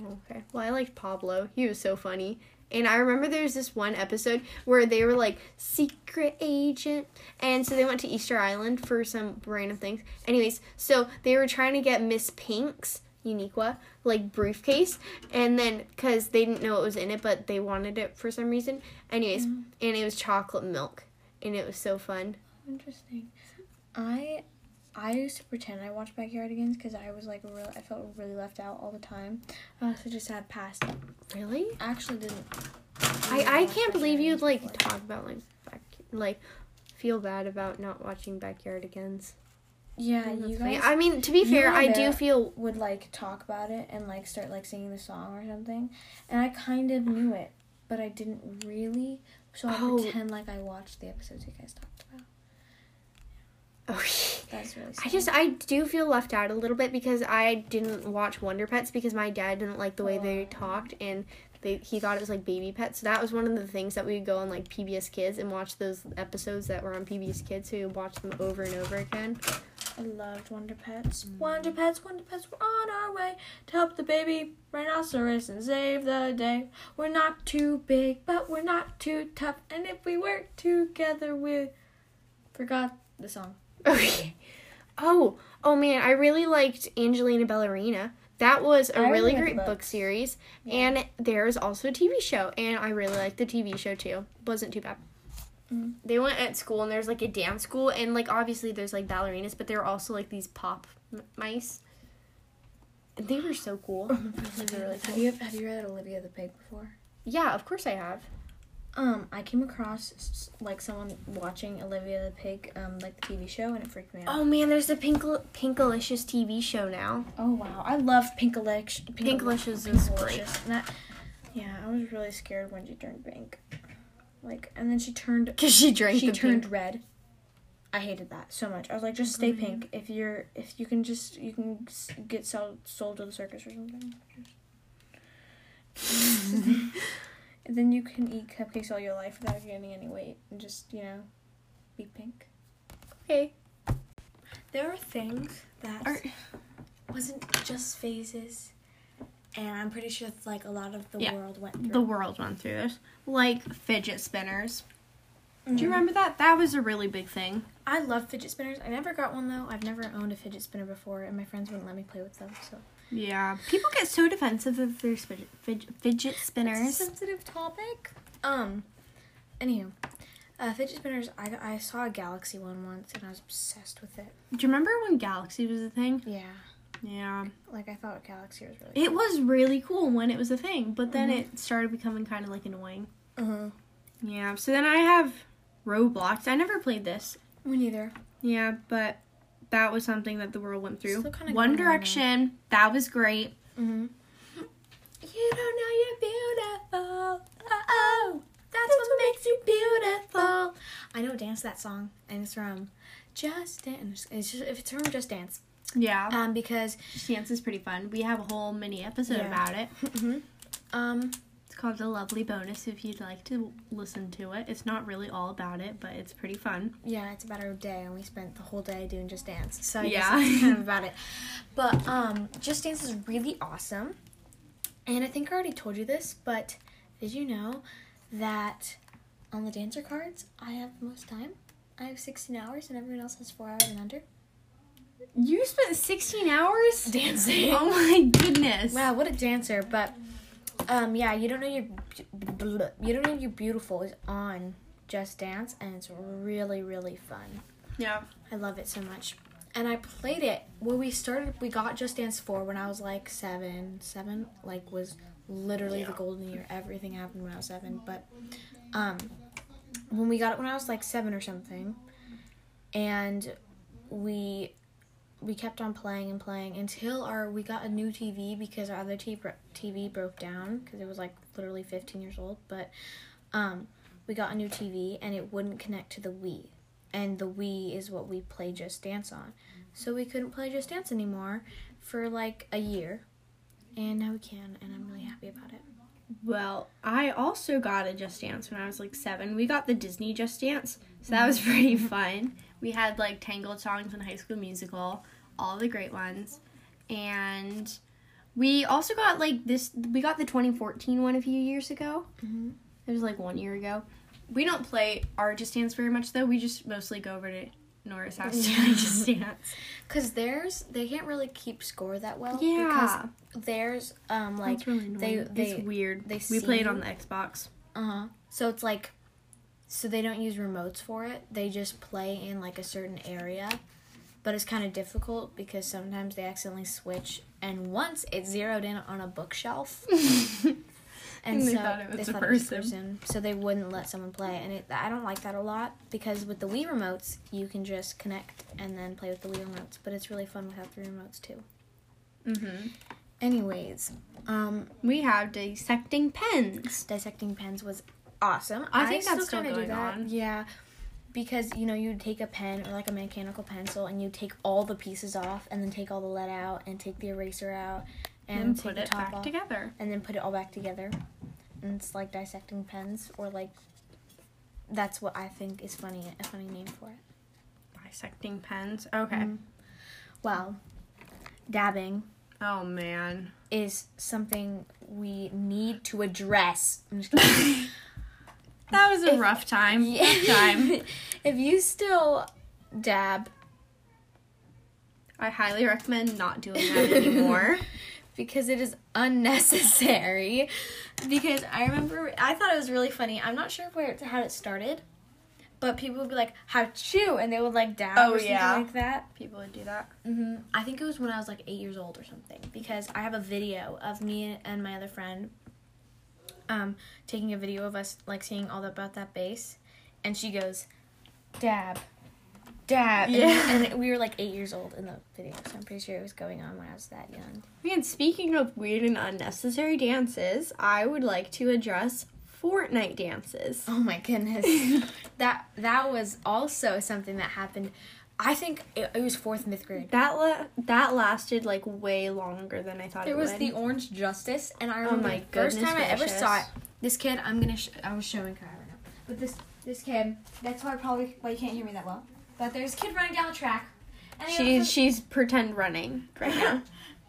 [SPEAKER 1] Oh, okay. Well, I liked Pablo. He was so funny. And I remember there was this one episode where they were like secret agent, and so they went to Easter Island for some random things. Anyways, so they were trying to get Miss Pink's Uniqua like briefcase, and then because they didn't know what was in it, but they wanted it for some reason. Anyways, and it was chocolate milk, and it was so fun.
[SPEAKER 2] Interesting. I I used to pretend I watched Backyardigans because I was like real. I felt really left out all the time. I also just had past.
[SPEAKER 1] Really?
[SPEAKER 2] Actually, didn't.
[SPEAKER 1] I I can't believe you'd like talk about like back, like feel bad about not watching Backyardigans.
[SPEAKER 2] Yeah,
[SPEAKER 1] Oh, That's
[SPEAKER 2] you
[SPEAKER 1] funny.
[SPEAKER 2] guys
[SPEAKER 1] I mean, to be
[SPEAKER 2] you
[SPEAKER 1] fair,
[SPEAKER 2] were
[SPEAKER 1] I do
[SPEAKER 2] there.
[SPEAKER 1] feel
[SPEAKER 2] would like talk about it and like start like singing the song or something, and I kind of knew it, but I didn't really. So I
[SPEAKER 1] Oh.
[SPEAKER 2] pretend like I watched the episodes you guys talked about.
[SPEAKER 1] Oh,
[SPEAKER 2] That's really.
[SPEAKER 1] I just I do feel left out a little bit because I didn't watch Wonder Pets because my dad didn't like the way
[SPEAKER 2] Oh.
[SPEAKER 1] they talked and they he thought it was like baby pets. So that was one of the things that we would go on like PBS Kids and watch those episodes that were on PBS Kids. So we would watch them over and over again.
[SPEAKER 2] I loved Wonder Pets.
[SPEAKER 1] Mm.
[SPEAKER 2] Wonder Pets, Wonder Pets, we're on our way to help the baby rhinoceros and save the day. We're not too big, but we're not too tough. And if we work together, we forgot the song.
[SPEAKER 1] Okay. Oh, oh man, I really liked Angelina Ballerina. That was a
[SPEAKER 2] I
[SPEAKER 1] really
[SPEAKER 2] read the
[SPEAKER 1] great book
[SPEAKER 2] books.
[SPEAKER 1] series, and there is also a TV show, and I really liked the TV show too. wasn't too bad.
[SPEAKER 2] Mm.
[SPEAKER 1] They went at school, and there's like a dance school, and like obviously there's like ballerinas, but there were also like these pop m- mice. And they were so cool. Those are really
[SPEAKER 2] Have
[SPEAKER 1] cool.
[SPEAKER 2] you have you read Olivia the Pig before?
[SPEAKER 1] Yeah, of course I have.
[SPEAKER 2] Um, I came across s- like someone watching Olivia the Pig, um, like the TV show, and it freaked me out.
[SPEAKER 1] Oh man, there's the Pinkle Pinkalicious TV show now.
[SPEAKER 2] Oh wow, I love Pinkalicious.
[SPEAKER 1] Pinkalicious is great.
[SPEAKER 2] And that, yeah, I was really scared when she turned pink. Like, and then she turned.
[SPEAKER 1] Cause she drank
[SPEAKER 2] she
[SPEAKER 1] the
[SPEAKER 2] turned
[SPEAKER 1] pink-
[SPEAKER 2] red. I hated that so much. I was like, just stay pink. If you're, if you can just, you can s- get sold sold to the circus or something. and then you can eat cupcakes all your life without gaining any weight, and just you know, be pink.
[SPEAKER 1] Okay.
[SPEAKER 3] There are things that
[SPEAKER 1] Are-
[SPEAKER 3] wasn't just phases, and I'm pretty sure it's like a lot of the
[SPEAKER 1] Yeah.
[SPEAKER 3] world went through.
[SPEAKER 1] the world went through this, like fidget spinners. Do you remember that? That was a really big thing.
[SPEAKER 3] I love fidget spinners. I never got one though. I've never owned a fidget spinner before, and my friends wouldn't let me play with them. So
[SPEAKER 1] Yeah, people get so defensive of their fidget, fidget, fidget
[SPEAKER 3] It's a
[SPEAKER 1] spinners.
[SPEAKER 3] sensitive topic. Um, anywho, uh, fidget spinners. I I saw a galaxy one once, and I was obsessed with it.
[SPEAKER 1] Do you remember when Galaxy was a thing?
[SPEAKER 3] Yeah,
[SPEAKER 1] Yeah,
[SPEAKER 3] like I thought galaxy was really.
[SPEAKER 1] it was really cool when it was a thing, but then it started becoming kind of like annoying.
[SPEAKER 3] Uh-huh.
[SPEAKER 1] Mm-hmm. Yeah, so then I have Roblox. I never played this.
[SPEAKER 3] Me neither.
[SPEAKER 1] Yeah, but that was something that the world went through.
[SPEAKER 3] Still kinda
[SPEAKER 1] One
[SPEAKER 3] going on, though.
[SPEAKER 1] Direction, that was great.
[SPEAKER 3] Mm-hmm. You don't know you're beautiful. Oh, oh that's, what, makes you beautiful. I know dance to that song, and it's from Just Dance. It's just, if it's from Just Dance,
[SPEAKER 1] Yeah,
[SPEAKER 3] um, because
[SPEAKER 1] Uh, dance is pretty fun. We have a whole mini episode
[SPEAKER 3] Yeah.
[SPEAKER 1] about it.
[SPEAKER 3] um,
[SPEAKER 1] It's called The Lovely Bonus if you'd like to listen to it. It's not really all about it, but it's pretty fun.
[SPEAKER 3] yeah, it's about our day, and we spent the whole day doing Just Dance. So I guess
[SPEAKER 1] Yeah.
[SPEAKER 3] it's kind of about it. But um, Just Dance is really awesome, and I think I already told you this, but did you know that on the dancer cards I have the most time? I have 16 hours, and everyone else has four hours and under.
[SPEAKER 1] You spent 16 hours?
[SPEAKER 3] dancing.
[SPEAKER 1] Oh my goodness.
[SPEAKER 3] Wow, what a dancer! But um, yeah, you don't know you're b- b- b- you don't know you're beautiful is on Just Dance, and it's really really fun.
[SPEAKER 1] Yeah.
[SPEAKER 3] I love it so much. And I played it when we started. We got Just Dance Four when I was like seven. Seven like was literally the golden year. Everything happened when I was seven. But um, when we got it when I was like seven or something, and
[SPEAKER 2] we we kept on playing and playing until our we got a new TV because our other t- bro- TV broke down because it was like literally 15 years old. But um, we got a new TV and it wouldn't connect to the Wii, and the Wii is what we play Just Dance on. So we couldn't play Just Dance anymore for like a year, and now we can, and I'm really happy about it.
[SPEAKER 1] Well, I also got a Just Dance when I was like seven. We got the Disney Just Dance, so that was pretty fun. We had like Tangled songs in High School Musical, all the great ones, and we also got like this. We got the 2014 one a few years ago.
[SPEAKER 2] Mhm.
[SPEAKER 1] It was like one year ago. We don't play our Just Dance very much though. We just mostly go over to Nora's house to play Just Dance.
[SPEAKER 2] Cause theirs, they can't really keep score that well.
[SPEAKER 1] Yeah,
[SPEAKER 2] Because theirs, um, like
[SPEAKER 1] That's really
[SPEAKER 2] they
[SPEAKER 1] annoying.
[SPEAKER 2] they
[SPEAKER 1] it's weird.
[SPEAKER 2] they
[SPEAKER 1] we play
[SPEAKER 2] sing.
[SPEAKER 1] it on the Xbox.
[SPEAKER 2] Uh-huh. So it's like so they don't use remotes for it. They just play in like a certain area. But it's kind of difficult because sometimes they accidentally switch and once it zeroed in on a bookshelf. And,
[SPEAKER 1] And they
[SPEAKER 2] so
[SPEAKER 1] thought it was
[SPEAKER 2] they
[SPEAKER 1] a
[SPEAKER 2] thought it was
[SPEAKER 1] person.
[SPEAKER 2] so they wouldn't let someone play. And it, I don't like that a lot because with the Wii remotes, you can just connect and then play with the Wii remotes. But it's really fun without the remotes too.
[SPEAKER 1] Mm-hmm.
[SPEAKER 2] Anyways, um,
[SPEAKER 1] We have dissecting pens.
[SPEAKER 2] dissecting pens was awesome.
[SPEAKER 1] I think that's still
[SPEAKER 2] kinda
[SPEAKER 1] going on.
[SPEAKER 2] Yeah, because you know you take a pen or like a mechanical pencil and you take all the pieces off and then take all the lead out and take the eraser out and,
[SPEAKER 1] and
[SPEAKER 2] take
[SPEAKER 1] put
[SPEAKER 2] the
[SPEAKER 1] it
[SPEAKER 2] top
[SPEAKER 1] back
[SPEAKER 2] off
[SPEAKER 1] together.
[SPEAKER 2] and then put it all back together. And it's like dissecting pens or like that's what I think is funny a funny name for it.
[SPEAKER 1] Dissecting pens. Okay.
[SPEAKER 2] Mhm. Well, dabbing
[SPEAKER 1] Oh man.
[SPEAKER 2] is something we need to address. I'm just kidding.
[SPEAKER 1] That was a
[SPEAKER 2] If-
[SPEAKER 1] rough time.
[SPEAKER 2] Yeah.
[SPEAKER 1] Rough time.
[SPEAKER 2] if you still dab
[SPEAKER 1] I highly recommend not doing that anymore.
[SPEAKER 2] because it is unnecessary, because I remember I thought it was really funny. I'm not sure where it, how it started, but people would be like, "How chew," and they would like dab
[SPEAKER 1] Oh,
[SPEAKER 2] or something
[SPEAKER 1] yeah.
[SPEAKER 2] like that.
[SPEAKER 1] People would do that.
[SPEAKER 2] hmm I think it was when I was like eight years old or something because I have a video of me and my other friend um, taking a video of us like saying all about that bass, and she goes, "Dab." Dab.
[SPEAKER 1] Yeah.
[SPEAKER 2] And, and we were like eight years old in the video, so I'm pretty sure it was going on when I was that young.
[SPEAKER 1] Man, speaking of weird and unnecessary dances, I would like to address Fortnite dances.
[SPEAKER 2] Oh my goodness.
[SPEAKER 1] Oh.
[SPEAKER 2] that that was also something that happened. I think it, it was fourth and fifth grade.
[SPEAKER 1] That la- that lasted like way longer than I thought
[SPEAKER 2] There
[SPEAKER 1] it
[SPEAKER 2] was
[SPEAKER 1] would.
[SPEAKER 2] the Orange Justice, and I remember
[SPEAKER 1] my
[SPEAKER 2] the first
[SPEAKER 1] goodness
[SPEAKER 2] time I ever
[SPEAKER 1] gracious.
[SPEAKER 2] saw it. This kid, I'm gonna. Sh- I was showing Kai right now, but this this kid. That's why probably why you can't hear me that well. But there's a kid running down the track, and he
[SPEAKER 1] she's
[SPEAKER 2] goes,
[SPEAKER 1] she's pretend running right now,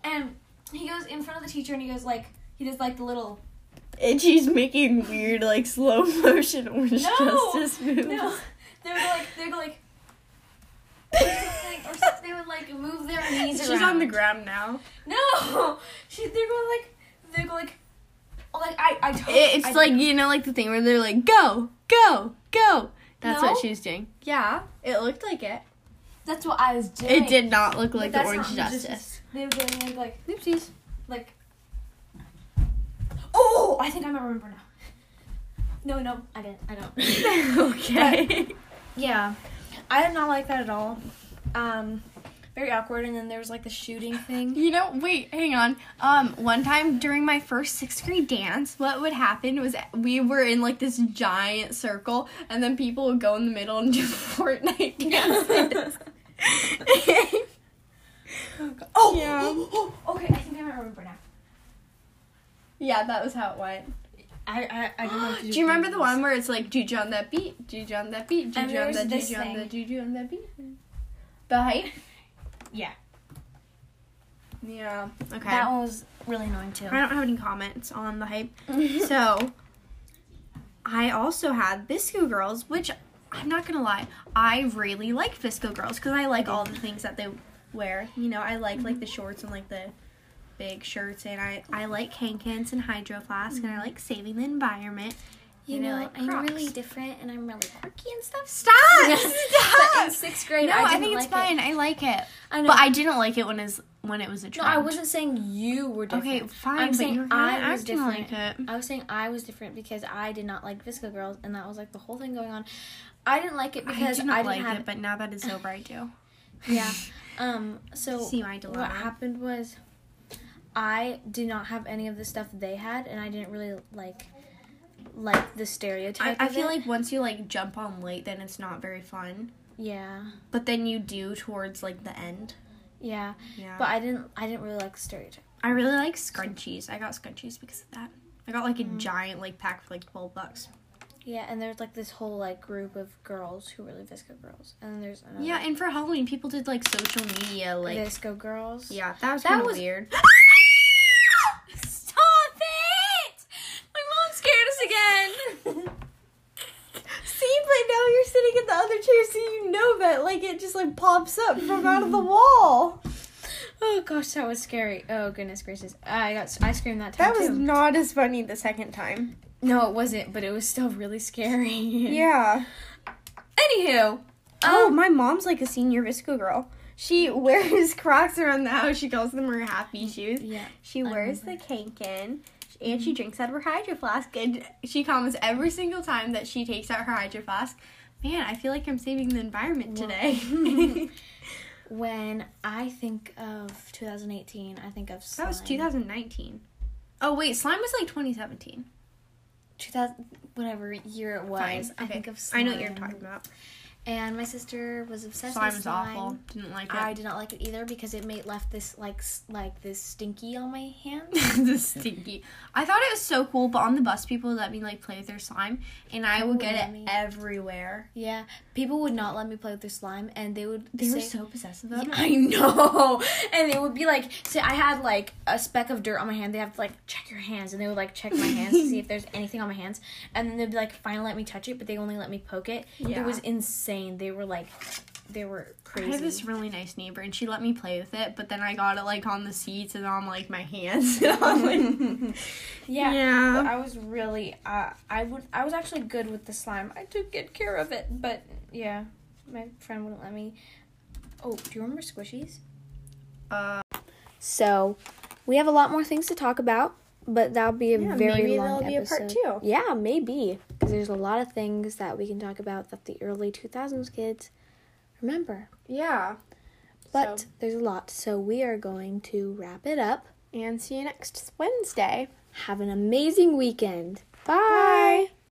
[SPEAKER 2] and he goes in front of the teacher, and he goes like he does like the little
[SPEAKER 1] and she's making weird like slow motion orange
[SPEAKER 2] No!
[SPEAKER 1] justice moves.
[SPEAKER 2] no. They would like they would like. or something, they would like move their knees
[SPEAKER 1] She's
[SPEAKER 2] around.
[SPEAKER 1] on the ground now.
[SPEAKER 2] No, she. They're going like. They're going like. oh, Like I, I totally.
[SPEAKER 1] It's
[SPEAKER 2] I-
[SPEAKER 1] like you know, like the thing where they're like, "Go, go, go." That's
[SPEAKER 2] No.
[SPEAKER 1] what she was doing. Yeah, it looked like it.
[SPEAKER 2] that's what I was doing.
[SPEAKER 1] It did not look
[SPEAKER 2] But
[SPEAKER 1] like the
[SPEAKER 2] that's
[SPEAKER 1] orange
[SPEAKER 2] not
[SPEAKER 1] justice.
[SPEAKER 2] They were going like, like
[SPEAKER 1] Oopsies.
[SPEAKER 2] like. Oh, I think I might remember now. No, no, I didn't. I don't.
[SPEAKER 1] okay.
[SPEAKER 2] yeah, I did not like that at all. Um, very awkward. And then there was like the shooting thing.
[SPEAKER 1] You know, wait, hang on. Um, one time during my first sixth grade dance, what would happen was we were in like this giant circle, and then people would go in the middle and do Fortnite dances.
[SPEAKER 2] Oh,
[SPEAKER 1] Yeah.
[SPEAKER 2] oh, oh, oh, okay. I think I might remember now.
[SPEAKER 1] yeah, that was how it went.
[SPEAKER 2] I, I, I don't know.
[SPEAKER 1] Do you remember the one where it's like juju on that beat, juju on that beat, juju on
[SPEAKER 2] there's
[SPEAKER 1] that
[SPEAKER 2] this
[SPEAKER 1] juju on that
[SPEAKER 2] thing.
[SPEAKER 1] juju on that beat? The hype.
[SPEAKER 2] Yeah,
[SPEAKER 1] Yeah. Okay.
[SPEAKER 2] that one was really annoying too.
[SPEAKER 1] I don't have any comments on the hype. so, I also had Bisco Girls, which I'm not gonna lie, I really like Bisco Girls because I like all the things that they wear. You know, I like like the
[SPEAKER 2] Mm-hmm.
[SPEAKER 1] shorts and like the big shirts, and I I like Hankins and Hydro Flask, and
[SPEAKER 2] Mm-hmm.
[SPEAKER 1] I like saving the environment.
[SPEAKER 2] You
[SPEAKER 1] And I
[SPEAKER 2] know,
[SPEAKER 1] like
[SPEAKER 2] I'm
[SPEAKER 1] Crocs.
[SPEAKER 2] really different and I'm really quirky and stuff.
[SPEAKER 1] Stop!
[SPEAKER 2] But
[SPEAKER 1] Stop!
[SPEAKER 2] in sixth grade,
[SPEAKER 1] no,
[SPEAKER 2] I,
[SPEAKER 1] I,
[SPEAKER 2] didn't
[SPEAKER 1] think it's
[SPEAKER 2] like it.
[SPEAKER 1] fine. I like it,
[SPEAKER 2] I know.
[SPEAKER 1] but I didn't like it when is when it was a
[SPEAKER 2] no,
[SPEAKER 1] trend.
[SPEAKER 2] I wasn't saying you were different.
[SPEAKER 1] Okay, fine.
[SPEAKER 2] I'm
[SPEAKER 1] but
[SPEAKER 2] saying
[SPEAKER 1] you were kinda
[SPEAKER 2] I was
[SPEAKER 1] acting
[SPEAKER 2] different.
[SPEAKER 1] Like it.
[SPEAKER 2] I was saying I was different because I did not like Visco Girls, and that was like the whole thing going on. I didn't like it because
[SPEAKER 1] I do
[SPEAKER 2] I,
[SPEAKER 1] not
[SPEAKER 2] didn't
[SPEAKER 1] like
[SPEAKER 2] have.
[SPEAKER 1] it, but now that it's over, I do.
[SPEAKER 2] Yeah. Um. So
[SPEAKER 1] See my dilemma.
[SPEAKER 2] what happened was, I did not have any of the stuff they had, and I didn't really like like the
[SPEAKER 1] I,
[SPEAKER 2] stereotype.
[SPEAKER 1] I
[SPEAKER 2] of
[SPEAKER 1] feel
[SPEAKER 2] it.
[SPEAKER 1] like once you like jump on late, then it's not very fun.
[SPEAKER 2] yeah,
[SPEAKER 1] But then you do towards like the end.
[SPEAKER 2] yeah,
[SPEAKER 1] Yeah.
[SPEAKER 2] but I didn't. I didn't really like the stereotype.
[SPEAKER 1] I really like scrunchies. I got scrunchies because of that. I got like a giant like pack for like twelve bucks.
[SPEAKER 2] Yeah, and there's like this whole like group of girls who were the Visco girls, and then there's another
[SPEAKER 1] Yeah, and for Halloween, people did like social media like.
[SPEAKER 2] Visco girls.
[SPEAKER 1] Yeah, that was
[SPEAKER 2] That
[SPEAKER 1] kind of
[SPEAKER 2] was-
[SPEAKER 1] weird.
[SPEAKER 2] Stop it! My mom scared us again.
[SPEAKER 1] See, but now you're sitting in the other chair, so you know that like it just like pops up from out of the wall.
[SPEAKER 2] oh gosh, that was scary. Oh goodness gracious! I got I screamed that time
[SPEAKER 1] That was
[SPEAKER 2] too.
[SPEAKER 1] not as funny the second time.
[SPEAKER 2] No, it wasn't, but it was still really scary.
[SPEAKER 1] Yeah.
[SPEAKER 2] Anywho,
[SPEAKER 1] oh, my mom's like a senior Visco girl. She wears Crocs around the house. She calls them her happy shoes.
[SPEAKER 2] yeah.
[SPEAKER 1] She
[SPEAKER 2] I
[SPEAKER 1] wears the Kanken, and she drinks out of her hydro flask. And she comments every single time that she takes out her hydro flask. Man, I feel like I'm saving the environment today.
[SPEAKER 2] When I think of 2018, I think of
[SPEAKER 1] that
[SPEAKER 2] slime.
[SPEAKER 1] was 2019. Oh wait, slime was like 2017.
[SPEAKER 2] 2000 whatever year it was.
[SPEAKER 1] Fine.
[SPEAKER 2] I
[SPEAKER 1] okay.
[SPEAKER 2] think of
[SPEAKER 1] I
[SPEAKER 2] slime.
[SPEAKER 1] know what you're talking about.
[SPEAKER 2] And my sister was obsessed
[SPEAKER 1] Slime
[SPEAKER 2] with
[SPEAKER 1] was
[SPEAKER 2] slime.
[SPEAKER 1] awful. Didn't like
[SPEAKER 2] I
[SPEAKER 1] it.
[SPEAKER 2] did not like it either because it made left this like s- like this stinky on my hand.
[SPEAKER 1] the stinky. I thought it was so cool, but on the bus, people would let me like play with their slime, and I would get
[SPEAKER 2] let
[SPEAKER 1] it
[SPEAKER 2] me.
[SPEAKER 1] everywhere.
[SPEAKER 2] Yeah, people would not let me play with their slime, and they would
[SPEAKER 1] They were
[SPEAKER 2] say-
[SPEAKER 1] so possessive
[SPEAKER 2] Yeah,
[SPEAKER 1] of it.
[SPEAKER 2] I know. And they would be like, say I had like a speck of dirt on my hand. They have to like check your hands, and they would like check my hands to see if there's anything on my hands. And then they'd be like, finally let me touch it, but they only let me poke it.
[SPEAKER 1] Yeah.
[SPEAKER 2] It was insane. They were like, they were
[SPEAKER 1] I
[SPEAKER 2] crazy.
[SPEAKER 1] had this really nice neighbor, and she let me play with it, but then I got it like on the seats and on like my hands. And I'm like,
[SPEAKER 2] yeah. But I was really, uh, I would, I was actually good with the slime. I took good care of it, but yeah, my friend wouldn't let me. Oh, do you remember squishies?
[SPEAKER 1] Uh,
[SPEAKER 2] So, we have a lot more things to talk about, but that'll be a
[SPEAKER 1] Yeah,
[SPEAKER 2] very
[SPEAKER 1] maybe
[SPEAKER 2] long
[SPEAKER 1] that'll be a part
[SPEAKER 2] episode.
[SPEAKER 1] two.
[SPEAKER 2] Yeah, maybe because there's a lot of things that we can talk about that the early 2000s kids remember.
[SPEAKER 1] yeah.
[SPEAKER 2] But
[SPEAKER 1] So-
[SPEAKER 2] there's a lot, so we are going to wrap it up.
[SPEAKER 1] and see you next Wednesday.
[SPEAKER 2] Have an amazing weekend. Bye.
[SPEAKER 1] Bye.